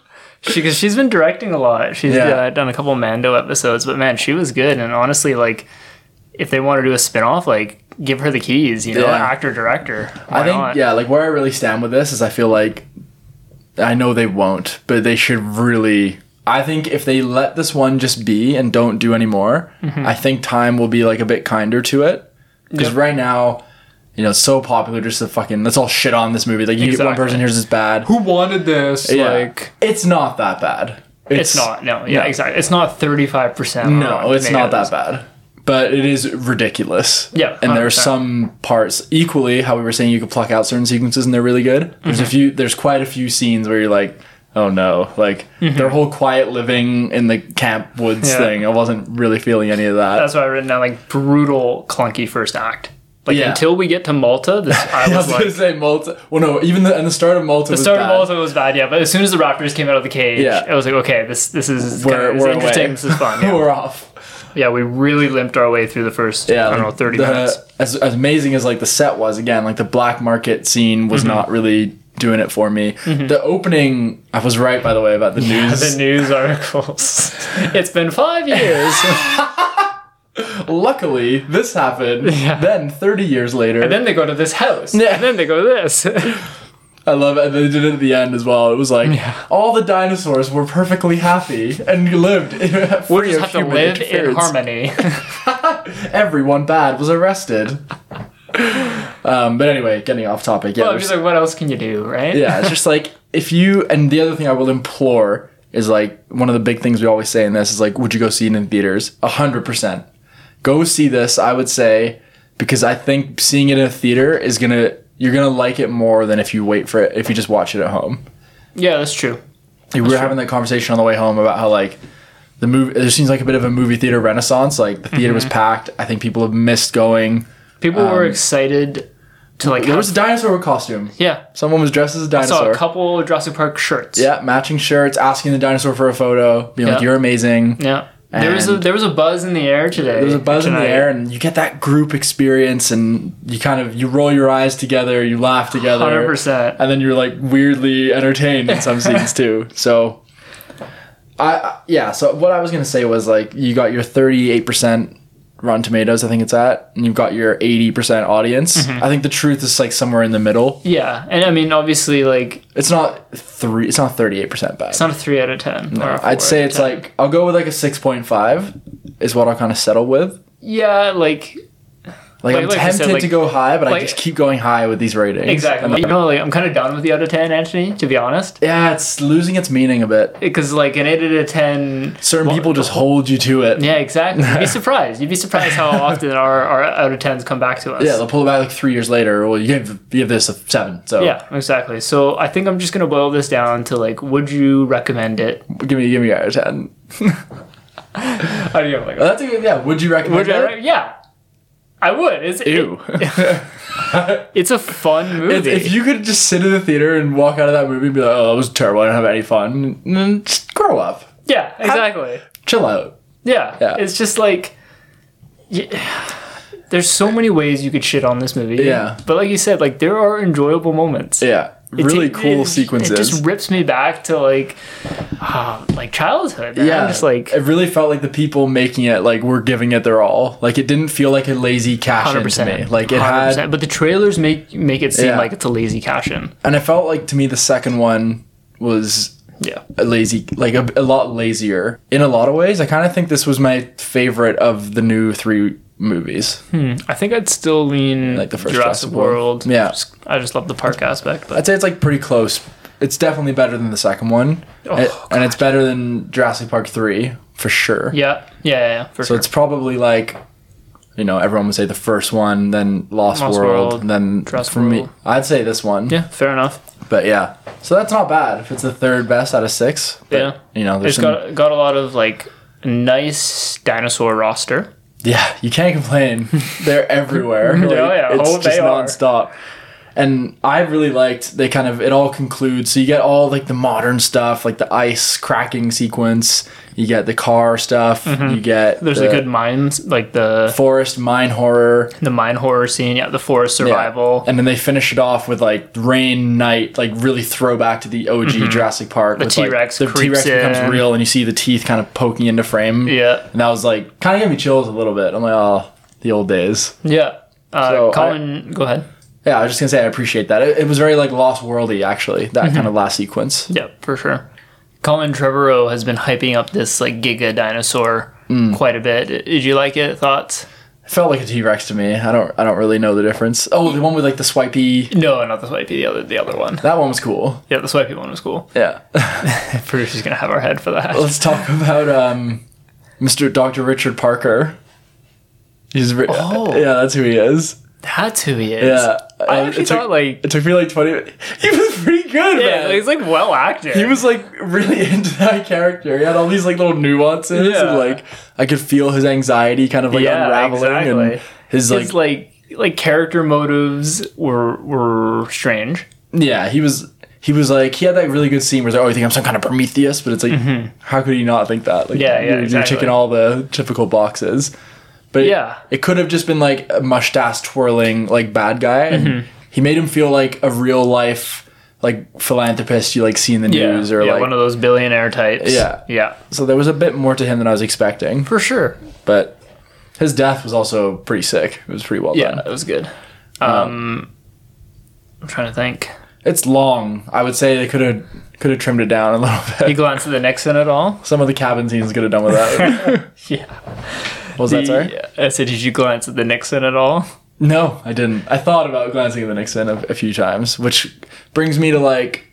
S1: because she's been directing a lot. She's
S2: Yeah.
S1: uh, done a couple Mando episodes, but man, she was good. And honestly, like if they want to do a spin off, like give her the keys. You know,
S2: Yeah.
S1: actor director.
S2: I
S1: Why
S2: think
S1: not?
S2: yeah, like where I really stand with this is I feel like I know they won't, but they should really I think if they let this one just be and don't do any more, I think time will be like a bit kinder to it. Because
S1: Mm-hmm. Yep.
S2: right now, you know, it's so popular just to fucking let's all shit on this movie. Like you get one
S1: Exactly.
S2: person here's is bad.
S1: Who wanted this?
S2: Yeah. it's not that bad.
S1: It's not. No. Yeah.
S2: no.
S1: Exactly. It's not thirty five percent.
S2: No, it's not that bad. But it is ridiculous.
S1: Yeah,
S2: And there are
S1: 100%.
S2: some parts equally how we were saying you could pluck out certain sequences and they're really good. There's
S1: Mm-hmm.
S2: a few there's quite a few scenes where you're like, oh no. Like their whole quiet living in the camp woods
S1: Mm-hmm. Yeah.
S2: thing. I wasn't really feeling any of that.
S1: That's why I written down like brutal clunky first act. Like
S2: Yeah.
S1: until we get to Malta, this I
S2: I
S1: was
S2: was gonna
S1: like.
S2: say Malta. Well, no, even the and the start of Malta.
S1: The
S2: was
S1: start
S2: bad.
S1: of Malta was bad, yeah, but as soon as the Raptors came out of the cage,
S2: Yeah.
S1: I was like, okay, this this is,
S2: We're-
S1: kinda- this is
S2: we're
S1: interesting,
S2: away.
S1: this is fun. Yeah.
S2: We're off.
S1: Yeah, we really limped our way through the first, I don't know,
S2: like,
S1: 30
S2: the-
S1: minutes.
S2: As, as amazing as like the set was, again, like the black market scene
S1: Mm-hmm.
S2: was not really doing it for me. The opening, I was right by the way about the
S1: The
S2: news.
S1: news articles. it's been five years.
S2: Luckily, this happened.
S1: Yeah.
S2: Then thirty years later,
S1: and then they go to this house.
S2: Yeah.
S1: And then they go to this.
S2: I love it. They did it at the end as well. It was like all the dinosaurs were perfectly happy and lived.
S1: we
S2: free
S1: just
S2: of
S1: have to
S2: human
S1: live in
S2: interference.
S1: harmony.
S2: Everyone bad was arrested. um, but anyway, getting off topic. Yeah,
S1: well, I'm
S2: there's-
S1: just like, what else can you do, right?
S2: yeah, it's just like if you and the other thing I will implore is like one of the big things we always say in this is like, would you go see it in theaters? A hundred percent. Go see this, I would say, because I think seeing it in a theater is gonna you're gonna like it more than if you wait for it if you just watch it at home.
S1: Yeah, that's true.
S2: We were having that conversation on the way home about how like the movie there seems like a bit of a movie theater renaissance. Like the theater was
S1: Mm-hmm.
S2: packed. I think people have missed going.
S1: People were excited to like.
S2: Um, There
S1: have-
S2: was a dinosaur costume.
S1: yeah.
S2: Someone was dressed as a
S1: I saw
S2: dinosaur.
S1: a couple Jurassic Park shirts.
S2: Yeah, matching shirts, asking the dinosaur for a photo, being like,
S1: Yeah.
S2: "You're amazing."
S1: Yeah. There was a
S2: And-
S1: there was a buzz in the air today.
S2: There's a buzz in the
S1: tonight.
S2: air, and you get that group experience, and you kind of you roll your eyes together, you laugh together,
S1: 100%.
S2: and then you're like weirdly entertained in some scenes too. So, I I- yeah. So what I was gonna say was like, you got your 38 percent Rotten Tomatoes, I think it's at, and you've got your 80% audience.
S1: Mm-hmm.
S2: I think the truth is like somewhere in the middle.
S1: Yeah, and I mean, obviously, like
S2: It's not three. It's not 38% bad.
S1: it's not a three out of ten. or a four
S2: I'd say
S1: out of
S2: it's
S1: 10.
S2: like I'll go with like a 6.5 is what I'll kind of settle with.
S1: yeah, like
S2: Like,
S1: Like-
S2: I'm
S1: like I said,
S2: tempted to
S1: like-
S2: go high, but I
S1: like-
S2: just keep going high with these ratings.
S1: exactly.
S2: And-
S1: You know, like I'm kind of done with the out of ten, Anthony. To be honest,
S2: yeah, it's losing its meaning a bit.
S1: because like an eight out of ten.
S2: Certain
S1: Well-
S2: people just hold you to it.
S1: Yeah, exactly. You'd be surprised. You'd be surprised how often our, our out of tens come back to us.
S2: Yeah, they'll pull it back like three years later. Well, you give you give this a seven, so
S1: Yeah, exactly. So I think I'm just gonna boil this down to like, would you recommend it?
S2: give me give me out of ten.
S1: I don't know, like,
S2: That's a good, yeah. Would you
S1: would
S2: recommend
S1: you,
S2: it?
S1: yeah, I would. It's it-
S2: Ew.
S1: it's a fun
S2: if,
S1: movie.
S2: if you could just sit in the theater and walk out of that movie and be like, "Oh, that was terrible. I didn't have any fun." And then just grow up,
S1: yeah, exactly.
S2: chill out.
S1: Yeah.
S2: Yeah.
S1: It's just like yeah, there's so many ways you could shit on this movie.
S2: Yeah.
S1: But like you said, like there are enjoyable moments.
S2: Yeah,
S1: It
S2: really
S1: ta-
S2: cool
S1: it-
S2: sequences.
S1: It just rips me back to like ah, like childhood. man.
S2: yeah,
S1: I'm just like
S2: it really felt like the people making it like were giving it their all. Like it didn't feel like a lazy cash in to
S1: 100%.
S2: me. Like it
S1: 100%.
S2: had,
S1: but the trailers make make it seem
S2: Yeah.
S1: like it's a lazy cash in.
S2: and I felt like to me the second one was
S1: Yeah.
S2: a lazy, like a, a lot lazier in a lot of ways. I kind of think this was my favorite of the new three movies.
S1: I think I'd still lean
S2: Mm-hmm. Like the first
S1: Jurassic,
S2: Jurassic
S1: World.
S2: World. Yeah.
S1: Just- I just love the park aspect, but
S2: I'd say it's like pretty close. It's definitely better than the second one,
S1: Oh,
S2: and- and it's better than Jurassic Park three for sure.
S1: yeah, yeah, yeah, yeah for
S2: So
S1: sure.
S2: it's probably like, you know, everyone would say the first one, then Lost,
S1: Lost
S2: World,
S1: World,
S2: and then
S1: Jurassic
S2: for me,
S1: World.
S2: I'd say this one.
S1: yeah, fair enough.
S2: But yeah, so that's not bad if it's the third best out of six. But,
S1: Yeah.
S2: You know, Oh, there's
S1: It's
S2: some,
S1: got got a lot of like nice dinosaur roster.
S2: yeah, you can't complain. They're everywhere. Like,
S1: Oh, yeah.
S2: It's
S1: Oh,
S2: just
S1: they are.
S2: nonstop. And I really liked they kind of it all concludes. So you get all like the modern stuff, like the ice cracking sequence. You get the car stuff. You get
S1: Mm-hmm. There's
S2: the
S1: a good mines like the
S2: forest mine horror.
S1: the mine horror scene, yeah, the forest
S2: Yeah.
S1: survival,
S2: And then they finish it off with like rain night, like really throwback to the OG Jurassic Park. The
S1: Mm-hmm. T-Rex
S2: like, the T Rex
S1: creeps in.
S2: becomes real, and you see the teeth kind of poking into frame.
S1: Yeah.
S2: and that was like kind of gave me chills a little bit. I'm like, oh, the old days.
S1: yeah. Uh,
S2: So I-
S1: Colin, go ahead.
S2: Yeah, I was just gonna say I appreciate that. It, it was very like Lost Worldy actually. That
S1: Mm-hmm.
S2: kind of last sequence.
S1: Yeah, for sure. Colin Trevorrow has been hyping up this like Giga dinosaur
S2: Mm.
S1: quite a bit. Did you like it? Thoughts?
S2: It felt like a T Rex to me. I don't, I don't really know the difference. Oh, the one with like the swipey.
S1: No, not the swipey. The other, the other one.
S2: That one was cool.
S1: Yeah, the swipey one was cool.
S2: Yeah.
S1: Producer's gonna have our head for that.
S2: Let's talk about um, Mr. Dr. Richard Parker. He's ri-
S1: Oh.
S2: yeah, that's who he is.
S1: That's who he is.
S2: Yeah,
S1: I
S2: um,
S1: actually
S2: it took,
S1: thought like
S2: it took me like twenty. He was pretty good,
S1: yeah,
S2: man.
S1: he's like well acted.
S2: he was like really into that character. He had all these like little nuances,
S1: Yeah.
S2: and like I could feel his anxiety kind of like
S1: Yeah,
S2: unraveling, and
S1: exactly.
S2: his like,
S1: his like like character motives were were strange.
S2: yeah, he was he was like he had that really good scene where he's like, oh, you think I'm some kind of Prometheus? But it's like, how could he not think that? Like,
S1: Mm-hmm. Yeah, yeah,
S2: you're, you're
S1: exactly.
S2: checking all the typical boxes. But
S1: Yeah.
S2: it could have just been like a mustache twirling like bad guy. And
S1: Mm-hmm.
S2: He made him feel like a real life like philanthropist you like see in the news or
S1: yeah,
S2: like
S1: one of those billionaire types.
S2: Yeah.
S1: yeah,
S2: so there was a bit more to him than I was expecting.
S1: for sure.
S2: But his death was also pretty sick. It was pretty well
S1: Yeah,
S2: done.
S1: it was good. Um, I'm trying to think.
S2: It's long. I would say they could have could have trimmed it down a little bit.
S1: You glance at the next one at all?
S2: Some of the cabin scenes could have done without.
S1: Yeah.
S2: What was that sorry?
S1: I said, uh, did you glance at the Nixon at all?
S2: No, I didn't. I thought about glancing at the Nixon a, a few times, which brings me to like,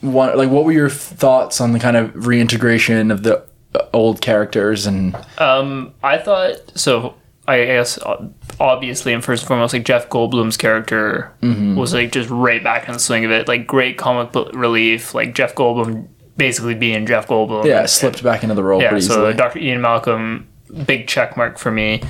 S2: one like what were your thoughts on the kind of reintegration of the uh, old characters and
S1: Um, I thought so. I guess ob- obviously, and first and foremost, like Jeff Goldblum's character
S2: Mm-hmm.
S1: was like just right back in the swing of it. Like great comic book relief. Like Jeff Goldblum basically being Jeff Goldblum.
S2: yeah slipped back into the role
S1: yeah.
S2: pretty
S1: So
S2: easily.
S1: Dr. Ian Malcolm, big check mark for me.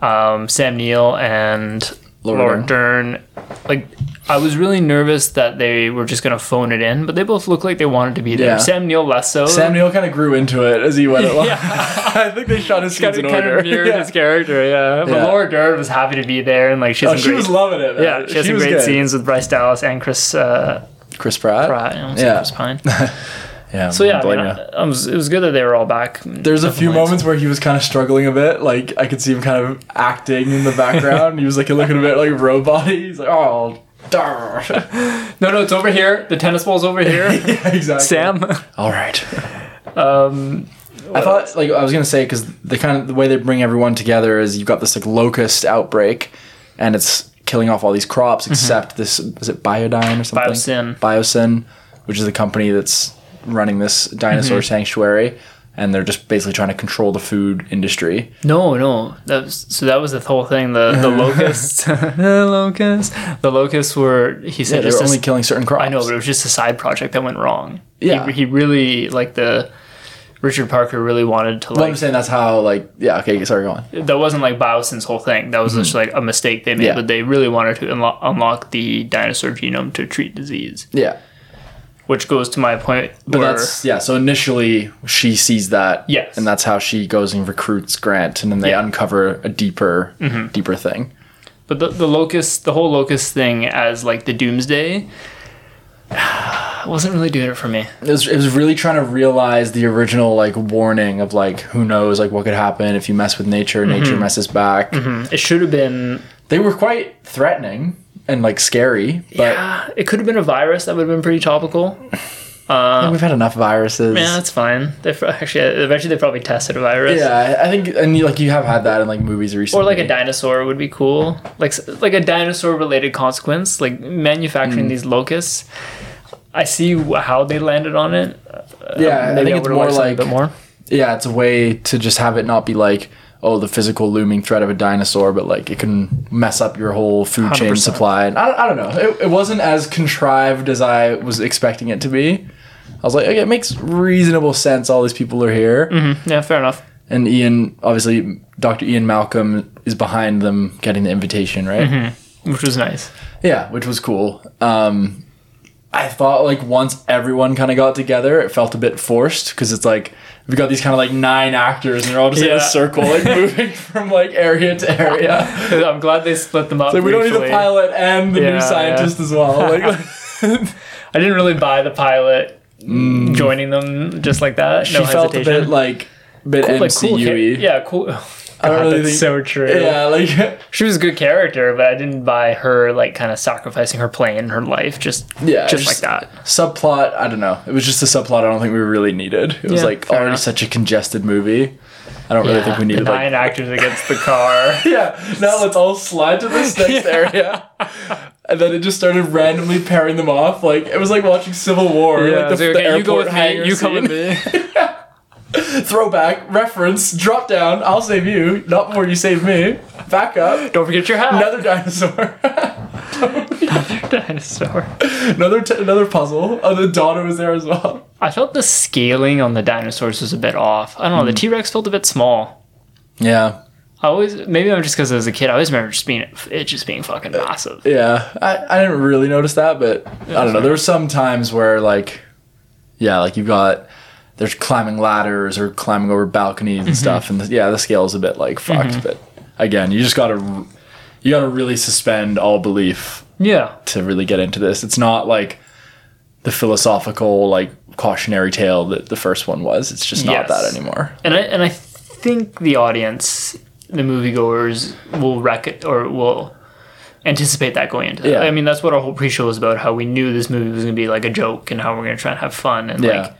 S1: Um, Sam Neill and
S2: Laura
S1: Laura Dern. Like I was really nervous that they were just gonna phone it in, but they both looked like they wanted to be there.
S2: Yeah.
S1: Sam Neill less so.
S2: Sam Neill kind of grew into it as he went along.
S1: Yeah.
S2: I think they shot his scenes
S1: kind
S2: in
S1: of, kind
S2: order.
S1: of mirrored
S2: Yeah.
S1: his character, yeah. But
S2: Yeah.
S1: Laura Dern was happy to be there, and like she
S2: Oh,
S1: has some
S2: she
S1: great,
S2: was loving it. Man.
S1: yeah, she has some
S2: was
S1: great
S2: good.
S1: scenes with Bryce Dallas and Chris uh,
S2: Chris Pratt.
S1: Pratt. I almost said
S2: Yeah.
S1: Chris Pine.
S3: Yeah.
S1: So yeah, I
S3: blame
S1: mean,
S3: ya.
S1: I- I was- it was good that they were all back.
S2: There's a few
S1: Definitely.
S2: moments where he was kind of struggling a bit. Like I could see him kind of acting in the background. he was like looking a bit like robot. He's like, oh, darn.
S1: No, no, it's over here. The tennis ball's over here.
S2: yeah, exactly.
S1: Sam.
S3: All right.
S1: Um,
S2: I
S1: What
S2: thought like I was gonna say because the kind of the way they bring everyone together is you've got this like locust outbreak, and it's killing off all these
S1: Mm-hmm.
S2: crops except this is it Biodyne or something
S1: Biosyn.
S2: Biosyn, which is the company that's running this dinosaur
S1: Mm-hmm.
S2: sanctuary, and they're just basically trying to control the food industry.
S1: no, no. That was, so that was the whole thing. The the locusts, the locusts, the locusts were. He
S2: Yeah,
S1: said
S2: they're
S1: just
S2: only
S1: only.
S2: killing certain crops.
S1: I know, but it was just a side project that went wrong. He-
S2: Yeah.
S1: he, really like the. Richard Parker really wanted to
S2: Well, I'm
S1: like.
S2: saying that's how like yeah okay sorry go on
S1: That wasn't like Biosyn's whole thing. That was just like a mistake they made.
S2: Hmm. Yeah.
S1: But they really wanted to unlo- unlock the dinosaur genome to treat disease,
S2: yeah
S1: which goes to my point.
S2: but
S1: where-
S2: that's yeah so initially she sees that
S1: Yes.
S2: and that's how she goes and recruits Grant and then they
S1: Yeah. Mm-hmm.
S2: uncover a deeper deeper thing
S1: But the, the locust, the whole locust thing as like the doomsday, wasn't really doing it for me.
S2: it was, it was really trying to realize the original like warning of like who knows like what could happen if you mess with nature
S1: Mm-hmm.
S2: nature messes back
S1: It should have been,
S2: they were quite threatening and like scary but
S1: yeah, it could have been a virus that would have been pretty topical.
S2: I think we've had enough viruses
S1: Yeah, that's fine. They fr- actually eventually they probably tested a virus.
S2: yeah I- i think and you, like you have had that in like movies recently
S1: Or like a dinosaur would be cool, like s- like a dinosaur related consequence, like
S2: Hmm.
S1: manufacturing these locusts. I see wh- how they landed on it. Uh,
S2: yeah i
S1: Maybe
S2: think it's
S1: would've
S2: more
S1: liked something
S2: like
S1: a bit more.
S2: yeah, it's a way to just have it not be like, oh, the physical looming threat of a dinosaur, but like it can mess up your whole food chain
S1: 100%.
S2: supply. And I, I don't know. It, it wasn't as contrived as I was expecting it to be. I was like, okay, it makes reasonable sense. All these people are here,
S1: Yeah, fair enough.
S2: and Ian, obviously, Doctor Ian Malcolm is behind them getting the invitation, right?
S1: Which was nice.
S2: Yeah, which was cool. Um, I thought like once everyone kind of got together, it felt a bit forced because it's like we've got these kind of like nine actors and they're all just in
S1: Yeah.
S2: a circle, like moving from like area to area.
S1: I'm glad they split them up.
S2: Like we don't need the
S1: briefly.
S2: pilot and the
S1: Yeah,
S2: new
S1: yeah.
S2: scientist as well. Like
S1: I didn't really buy the pilot joining them just like that.
S2: Hmm. she
S1: no
S2: felt a
S1: hesitation.
S2: bit like bit
S1: Like,
S2: MCU.
S1: cool char- yeah, cool.
S2: I don't
S1: God,
S2: really
S1: that's
S2: think.
S1: so true.
S2: yeah, like
S1: She was a good character, but I didn't buy her like kind of sacrificing her play and her life just
S2: Yeah,
S1: just like
S2: just-
S1: that.
S2: subplot. I don't know. It was just a subplot. I don't think we really needed. It was
S1: Yeah,
S2: like
S1: fair
S2: already
S1: enough.
S2: such a congested movie. I don't really think we
S1: The
S2: needed like
S1: nine actors against the car.
S2: Yeah, now let's all slide to this next area. And then it just started randomly pairing them off. Like it was like watching Civil War.
S1: Yeah,
S2: like
S1: it's
S2: the,
S1: like,
S2: the
S1: okay,
S2: airport
S1: you go with
S2: hangar
S1: me. You come with
S2: scene.
S1: me.
S2: Throwback reference. Drop down. I'll save you. Not before you save me. Back up.
S1: Don't forget your hat.
S2: Another dinosaur.
S1: dinosaur.
S2: another t- another puzzle. Oh, the daughter was there as well.
S1: I felt the scaling on the dinosaurs was a bit off. I don't know. The
S2: Hmm.
S1: T Rex felt a bit small.
S2: Yeah,
S1: I always maybe I'm just because I was a kid. I always remember just being it just being fucking massive.
S2: yeah. I, I didn't really notice that, but I don't know. There were some times where like, yeah, like you've got. They're climbing ladders or climbing over balconies and stuff, and the, yeah, the scale's a bit like fucked. But again, you just gotta, r- you gotta really suspend all belief
S1: Yeah.
S2: to really get into this. It's not like the philosophical like cautionary tale that the first one was. It's just
S1: Yes.
S2: not that anymore.
S1: and I and I think the audience, the moviegoers, will rec or will anticipate that going into. That.
S2: Yeah.
S1: I mean, that's what our whole pre-show was about. How we knew this movie was going to be like a joke and how we're going to try and have fun. And
S2: Yeah.
S1: like,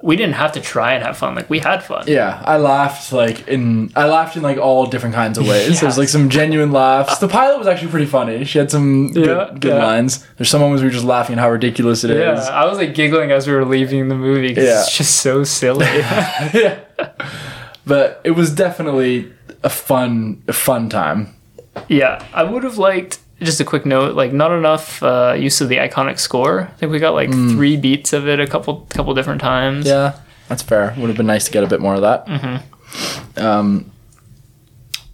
S1: we didn't have to try and have fun. Like we had fun.
S2: Yeah, I laughed like in I laughed in like all different kinds of ways. There was
S1: Yes.
S2: like some genuine laughs. The pilot was actually pretty funny. She had some
S1: Yeah,
S2: good, good
S1: yeah.
S2: lines. There's some moments we were just laughing at how ridiculous it is.
S1: Yeah, I was like giggling as we were leaving the movie 'cause
S2: Yeah.
S1: it's just so silly.
S2: But it was definitely a fun a fun time.
S1: yeah, I would have liked just a quick note, like not enough uh, use of the iconic score. I think we got like three beats of it a couple couple different times.
S2: Mm. Yeah, that's fair. Would have been nice to get a bit more of that. Mm-hmm. Um,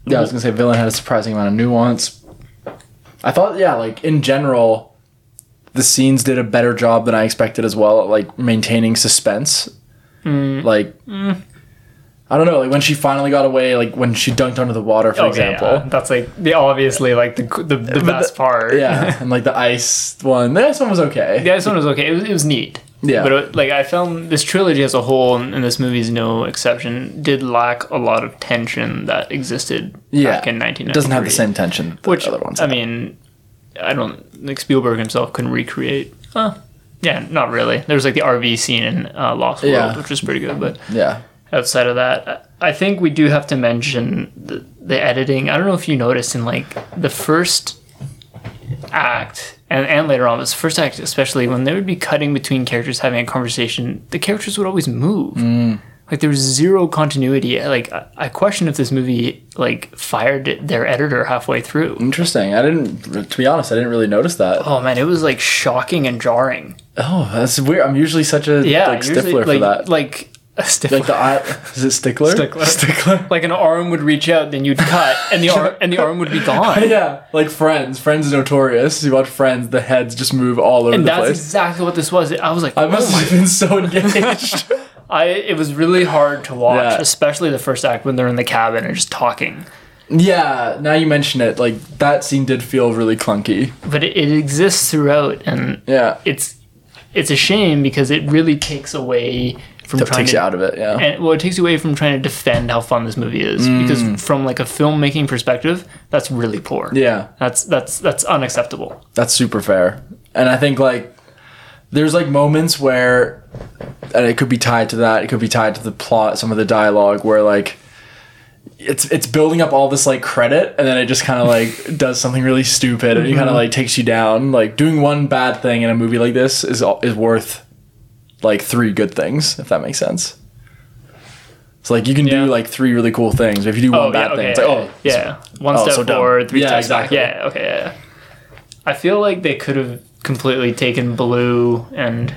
S2: yeah, I was gonna say villain had a surprising amount of nuance. I thought, yeah, like in general, the scenes did a better job than I expected as well at like maintaining suspense.
S1: Mm.
S2: Like, I don't know, like when she finally got away, like when she dunked under the water, for
S1: Okay,
S2: example.
S1: Oh, yeah. That's like the obviously like the the, the best part.
S2: Yeah, and like the ice one. The ice one was okay.
S1: The ice one was okay. It was, it was neat.
S4: Yeah.
S1: But uh, like I found this trilogy as a whole, and, and this movie is no exception, did lack a lot of tension that existed
S2: Yeah.
S1: back in 1993.
S2: It doesn't have the same tension that the
S1: Which um,
S2: other ones.
S1: I
S2: have.
S1: mean, I don't like Spielberg himself couldn't recreate. Uh, yeah, not really. There was like the RV scene in uh, Lost World,
S2: Yeah.
S1: which was pretty good, but
S2: yeah.
S1: outside of that i I think we do have to mention the, the editing i don't know if you noticed in like the first act and, and later on this first act especially when they would be cutting between characters having a conversation the characters would always move
S2: Mm.
S1: like there was zero continuity like I, I question if this movie like fired their editor halfway through
S2: Interesting. I didn't, to be honest, I didn't really notice that.
S1: oh man it was like shocking and jarring
S2: Oh, that's weird. I'm usually such a
S1: yeah
S2: like
S1: usually,
S2: stiffler
S1: like,
S2: for that.
S1: like a stifler
S2: Like the eye, is it stickler?
S1: Stickler.
S2: Stickler.
S1: like an arm would reach out, then you'd cut, and the arm and the arm would be gone.
S2: Yeah, like Friends. Friends is notorious. You watch Friends, the heads just move all over
S1: And
S2: the
S1: that's Oh
S2: place.
S1: exactly what this was. I was like,
S2: I
S1: I,
S2: must have been so engaged.
S1: I it was really hard to watch,
S2: Yeah.
S1: especially the first act when they're in the cabin and just talking.
S2: yeah, now you mention it, like that scene did feel really clunky.
S1: But it, it exists throughout, and
S2: Yeah,
S1: it's it's a shame because it really takes away from
S2: that
S1: trying
S2: takes
S1: to
S2: you out of it. Yeah,
S1: and well, it takes away from trying to defend how fun this movie is
S2: Mm.
S1: because from like a filmmaking perspective, that's really poor.
S2: yeah,
S1: That's that's that's unacceptable.
S2: that's super fair. And I think like there's like moments where, and it could be tied to that. It could be tied to the plot, some of the dialogue, where like it's it's building up all this like credit, and then it just kind of like does something really stupid, and it
S1: Mm-hmm.
S2: kind of like takes you down. Like doing one bad thing in a movie like this is al- is worth like three good things, if that makes sense. It's like you can
S1: Yeah.
S2: do like three really cool things. but If you do one bad thing, it's like oh
S1: yeah, one
S2: oh,
S1: step
S2: so dumb.
S1: forward, three
S2: Yeah,
S1: steps
S2: exactly.
S1: back. Yeah, okay, yeah. yeah. I feel like they could have completely taken Blue and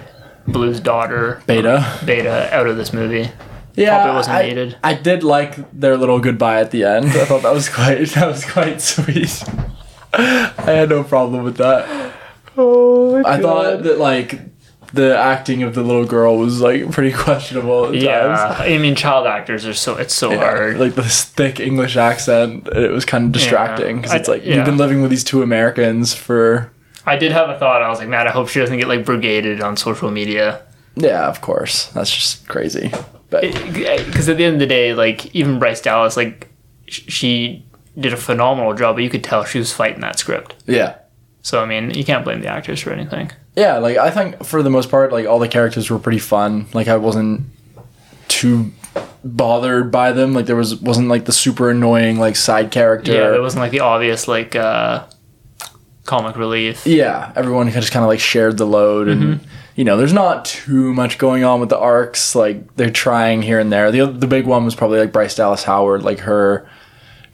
S1: Blue's daughter
S2: beta.
S1: Beta out of this movie.
S2: Yeah,
S1: Probably wasn't
S2: I,
S1: needed.
S2: I did like their little goodbye at the end. I thought that was quite that was quite sweet. I had no problem with that.
S1: Oh,
S2: I thought that like the acting of the little girl was like pretty questionable at
S1: yeah.
S2: times.
S1: I mean, child actors are so it's so hard.
S2: Like this thick English accent, it was kind of distracting because
S1: I-
S2: it's like
S1: yeah.
S2: you've been living with these two Americans for
S1: I did have a thought. I was like, man, I hope she doesn't get like brigaded on social media
S2: yeah, of course, that's just crazy. But
S1: because at the end of the day, like even Bryce Dallas, like sh- she did a phenomenal job, but you could tell she was fighting that script.
S2: yeah,
S1: So I mean, you can't blame the actors for anything.
S2: yeah like i think for the most part like all the characters were pretty fun like i wasn't too bothered by them like there was wasn't like the super annoying like side character
S1: Yeah, that wasn't like the obvious like uh comic relief.
S2: yeah everyone just kind of like shared the load and
S1: Mm-hmm.
S2: you know there's not too much going on with the arcs like they're trying here and there the oth- the big one was probably like bryce dallas howard like her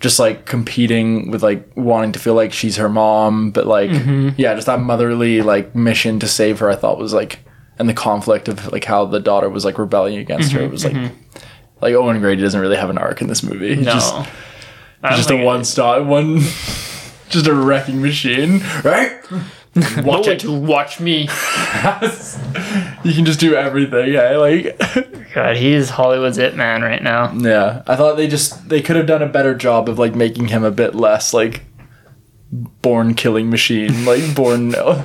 S2: just like competing with like wanting to feel like she's her mom but like
S1: Mm-hmm.
S2: yeah just that motherly like mission to save her i thought was like and the conflict of like how the daughter was like rebelling against
S1: Mm-hmm,
S2: her was like like owen grady doesn't really have an arc in this movie He's
S1: No.
S2: just,
S1: I
S2: he's
S1: don't
S2: just a
S1: think it-
S2: one stop one just a wrecking machine right
S1: No
S2: watch
S1: way
S2: it
S1: to watch me.
S2: you can just do everything. Yeah, like
S1: God, he is Hollywood's it man right now.
S2: yeah. I thought they just they could have done a better job of like making him a bit less like born killing machine, like born. No,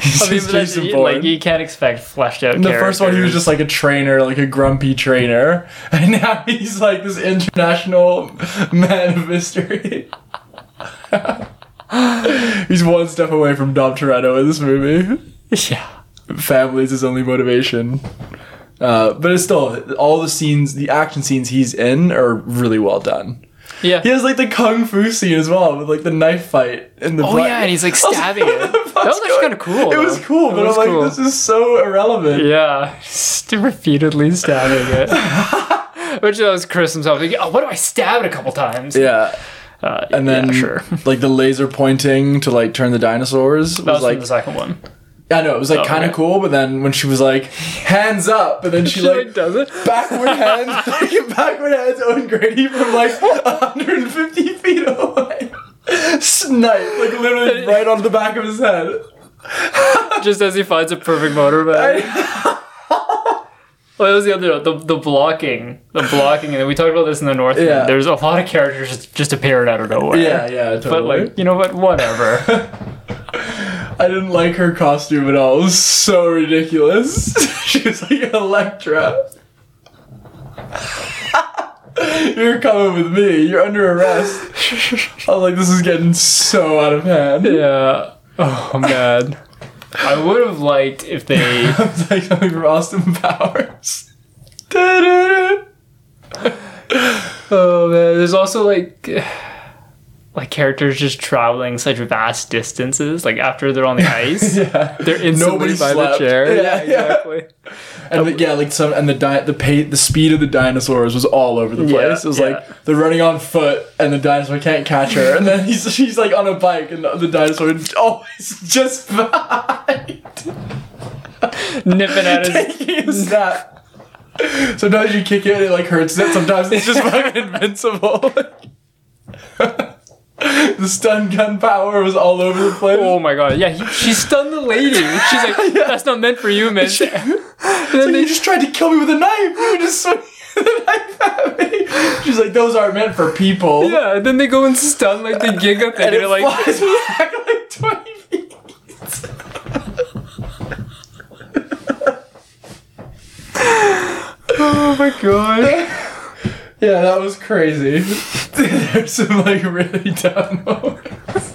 S2: he's
S1: I mean,
S2: just
S1: but that's,
S2: Jason
S1: like
S2: Bourne.
S1: you can't expect fleshed out.
S2: the first one, he was just like a trainer, like a grumpy trainer, and now he's like this international man of mystery. he's one step away from Dom Toretto in this movie.
S1: yeah.
S2: family is his only motivation. Uh, but it's still all the scenes, the action scenes he's in are really well done.
S1: Yeah.
S2: He has like the kung fu scene as well with like the knife fight in the.
S1: Oh yeah, and he's like stabbing it. That was actually kind of cool.
S2: It was
S1: though.
S2: cool,
S1: It
S2: but
S1: was
S2: I'm like,
S1: cool.
S2: this is so irrelevant.
S1: Yeah, just repeatedly stabbing it. Which that was Chris himself. Like, oh, what do I stab it a couple times?
S2: Yeah,
S1: Uh,
S2: and then
S1: yeah, sure.
S2: like the laser pointing to like turn the dinosaurs
S1: That was
S2: was like
S1: from the second one.
S2: I know it was like
S1: Oh,
S2: kind of
S1: okay.
S2: cool, but then when she was like hands up, and then she, like
S1: does it.
S2: backward hands, like backward hands Owen Grady from like 150 feet away. Snipe, like literally right onto the back of his head.
S1: just as he finds a perfect motorbike. Well, that was the other the the blocking, the blocking, and we talked about this in the north. End.
S2: Yeah.
S1: There's a lot of characters just, just appearing out of nowhere.
S2: Yeah, yeah, totally.
S1: but like you know what? Whatever.
S2: I didn't like her costume at all. It was so ridiculous. she was like Electra. You're coming with me. You're under arrest. I was like, this is getting so out of hand.
S1: Yeah. Oh man. I would have liked if they.
S2: I was like, coming from Austin Powers.
S1: Oh man. There's also like. Like characters just traveling such vast distances. Like after they're on the ice,
S2: Yeah.
S1: they're instantly
S2: Nobody
S1: by the
S2: slept.
S1: chair.
S2: Yeah,
S1: exactly.
S2: And the, yeah, like some and the di- the pa- the speed of the dinosaurs was all over the place.
S1: Yeah,
S2: it was
S1: yeah.
S2: like they're running on foot, and the dinosaur can't catch her, and then he's she's like on a bike, and the, the dinosaur always just behind,
S1: Nipping at his
S2: taking a snap. Sometimes you kick it, and it like hurts it. Sometimes it's just fucking invincible. the stun gun power was all over the place.
S1: Oh my god! Yeah, he, she stunned the lady. She's like, "That's not meant for you, man."
S2: It's like, you just tried to kill me with a knife. You were just swinging the knife at me. She's like, those aren't meant for people.
S1: Yeah, and then they go and stun like the Giga thing, and,
S2: And
S1: they're
S2: it
S1: like,
S2: flies back like 20 feet.
S1: "Oh my god!"
S2: Yeah, that was crazy. There's some like really dumb Oh moments.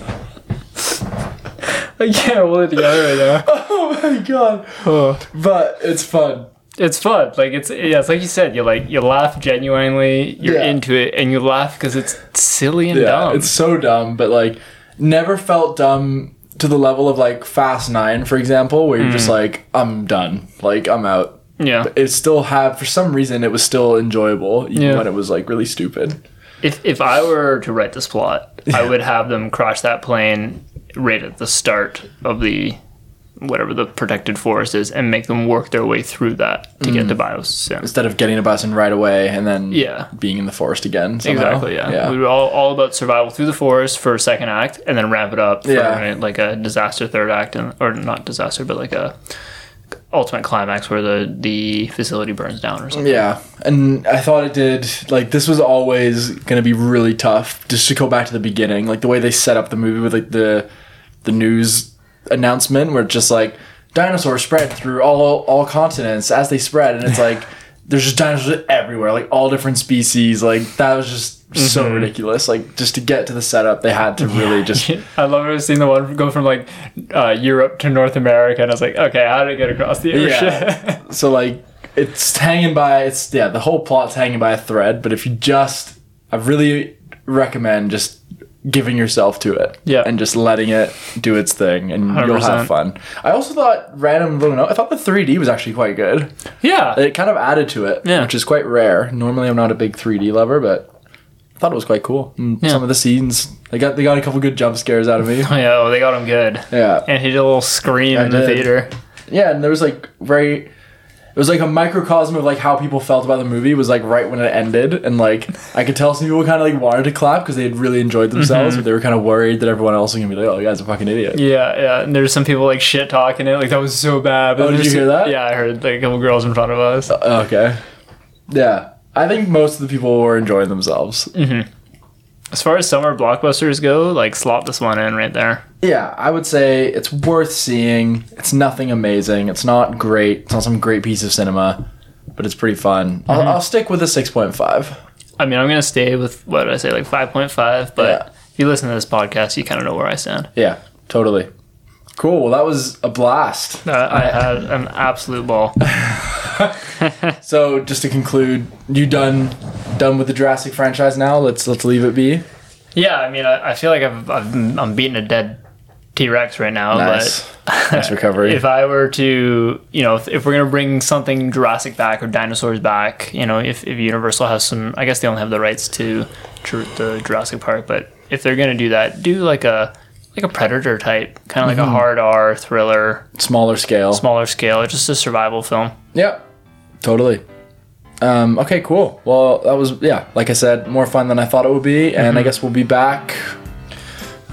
S1: I can't hold it together right now.
S2: Oh my god.
S1: Oh.
S2: But it's fun.
S1: It's fun. Like it's yeah, it's like you said. You like you laugh genuinely. You're
S2: Yeah.
S1: into it, and you laugh because it's silly and
S2: Yeah,
S1: dumb.
S2: it's so dumb, but like never felt dumb to the level of like Fast Nine, for example, where you're just like, I'm done. Like, I'm out.
S1: yeah.
S2: It still had, for some reason, it was still enjoyable, even
S1: Yeah.
S2: when it was like really stupid.
S1: If if I were to write this plot, I would have them crash that plane right at the start of the whatever the protected forest is, and make them work their way through that to get to Biosim.
S2: Instead of getting a bus and right away and then
S1: Yeah.
S2: being in the forest again. somehow.
S1: Exactly. Yeah. We were all, all about survival through the forest for a second act, and then ramp it up for
S2: Yeah.
S1: like a disaster third act, and or not disaster, but like a ultimate climax where the the facility burns down or something.
S2: Yeah, and I thought it did. Like this was always gonna be really tough. Just to go back to the beginning, like the way they set up the movie with like the the news announcement, where it's just like dinosaurs spread through all all continents as they spread, and it's like there's just dinosaurs everywhere, like all different species. Like that was just so ridiculous. Like just to get to the setup, they had to really just.
S1: I love seeing the one go from like uh, Europe to North America, and I was like, okay, how did I get across the ocean?
S2: Yeah. So like it's hanging by it's yeah, the whole plot's hanging by a thread, but if you just I really recommend just giving yourself to it.
S1: Yeah.
S2: And just letting it do its thing and you will
S1: 100%.
S2: have fun. I also thought random little note, I thought the three D was actually quite good.
S1: yeah.
S2: It kind of added to it,
S1: Yeah.
S2: which is quite rare. Normally I'm not a big three D lover, but I thought it was quite cool. And
S1: Yeah.
S2: Some of the scenes. They got they got a couple good jump scares out of me.
S1: Oh, yeah, oh, they got him good.
S2: Yeah.
S1: And he did a little scream
S2: I
S1: in the
S2: did.
S1: theater.
S2: yeah and there was like very it was like a microcosm of like how people felt about the movie was like right when it ended and like i could tell some people kind of like wanted to clap because they had really enjoyed themselves but they were kind of worried that everyone else was gonna be like oh you guys are fucking idiot
S1: Yeah, yeah. And there's some people like shit talking it. Like, that was so bad. But
S2: Oh, did
S1: there's-
S2: you hear that?
S1: Yeah, I heard like a couple girls in front of us.
S2: okay yeah i think most of the people were enjoying themselves
S1: As far as summer blockbusters go, like, slot this one in right there.
S2: yeah i would say it's worth seeing it's nothing amazing it's not great it's not some great piece of cinema but it's pretty fun I'll, I'll stick with a 6.5
S1: I mean, I'm going to stay with what did I say, like 5.5, but
S2: Yeah.
S1: if you listen to this podcast, you kind of know where I stand.
S2: yeah totally cool well that was a blast
S1: Uh, I had an absolute ball.
S2: So just to conclude, you done done with the Jurassic franchise now? Let's let's leave it be.
S1: Yeah, I mean, I, I feel like I've, I've, I'm beating a dead T Rex right now, but.
S2: nice recovery.
S1: if I were to, you know, if, if we're gonna bring something Jurassic back or dinosaurs back, you know, if, if Universal has some, I guess they only have the rights to Ju- the Jurassic Park, but if they're gonna do that, do like a like a Predator type, kind of like
S2: Mm-hmm.
S1: a hard R thriller,
S2: Smaller scale.
S1: smaller scale, just a survival film.
S2: Yep. Totally. Um, okay, cool. Well, that was yeah. Like I said, more fun than I thought it would be, and I guess we'll be back.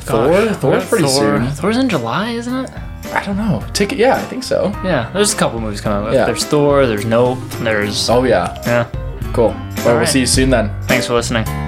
S2: Thor,
S1: Mm-hmm. Gosh,
S2: Thor's pretty
S1: Thor-
S2: soon.
S1: Thor's in July, isn't it?
S2: I don't know. Ticket? Yeah, I think so.
S1: Yeah, there's a couple movies coming up.
S2: Yeah.
S1: There's Thor. There's Nope. There's
S2: Oh yeah.
S1: yeah.
S2: Cool. Well, we'll
S1: right.
S2: see you soon then.
S1: Thanks for listening.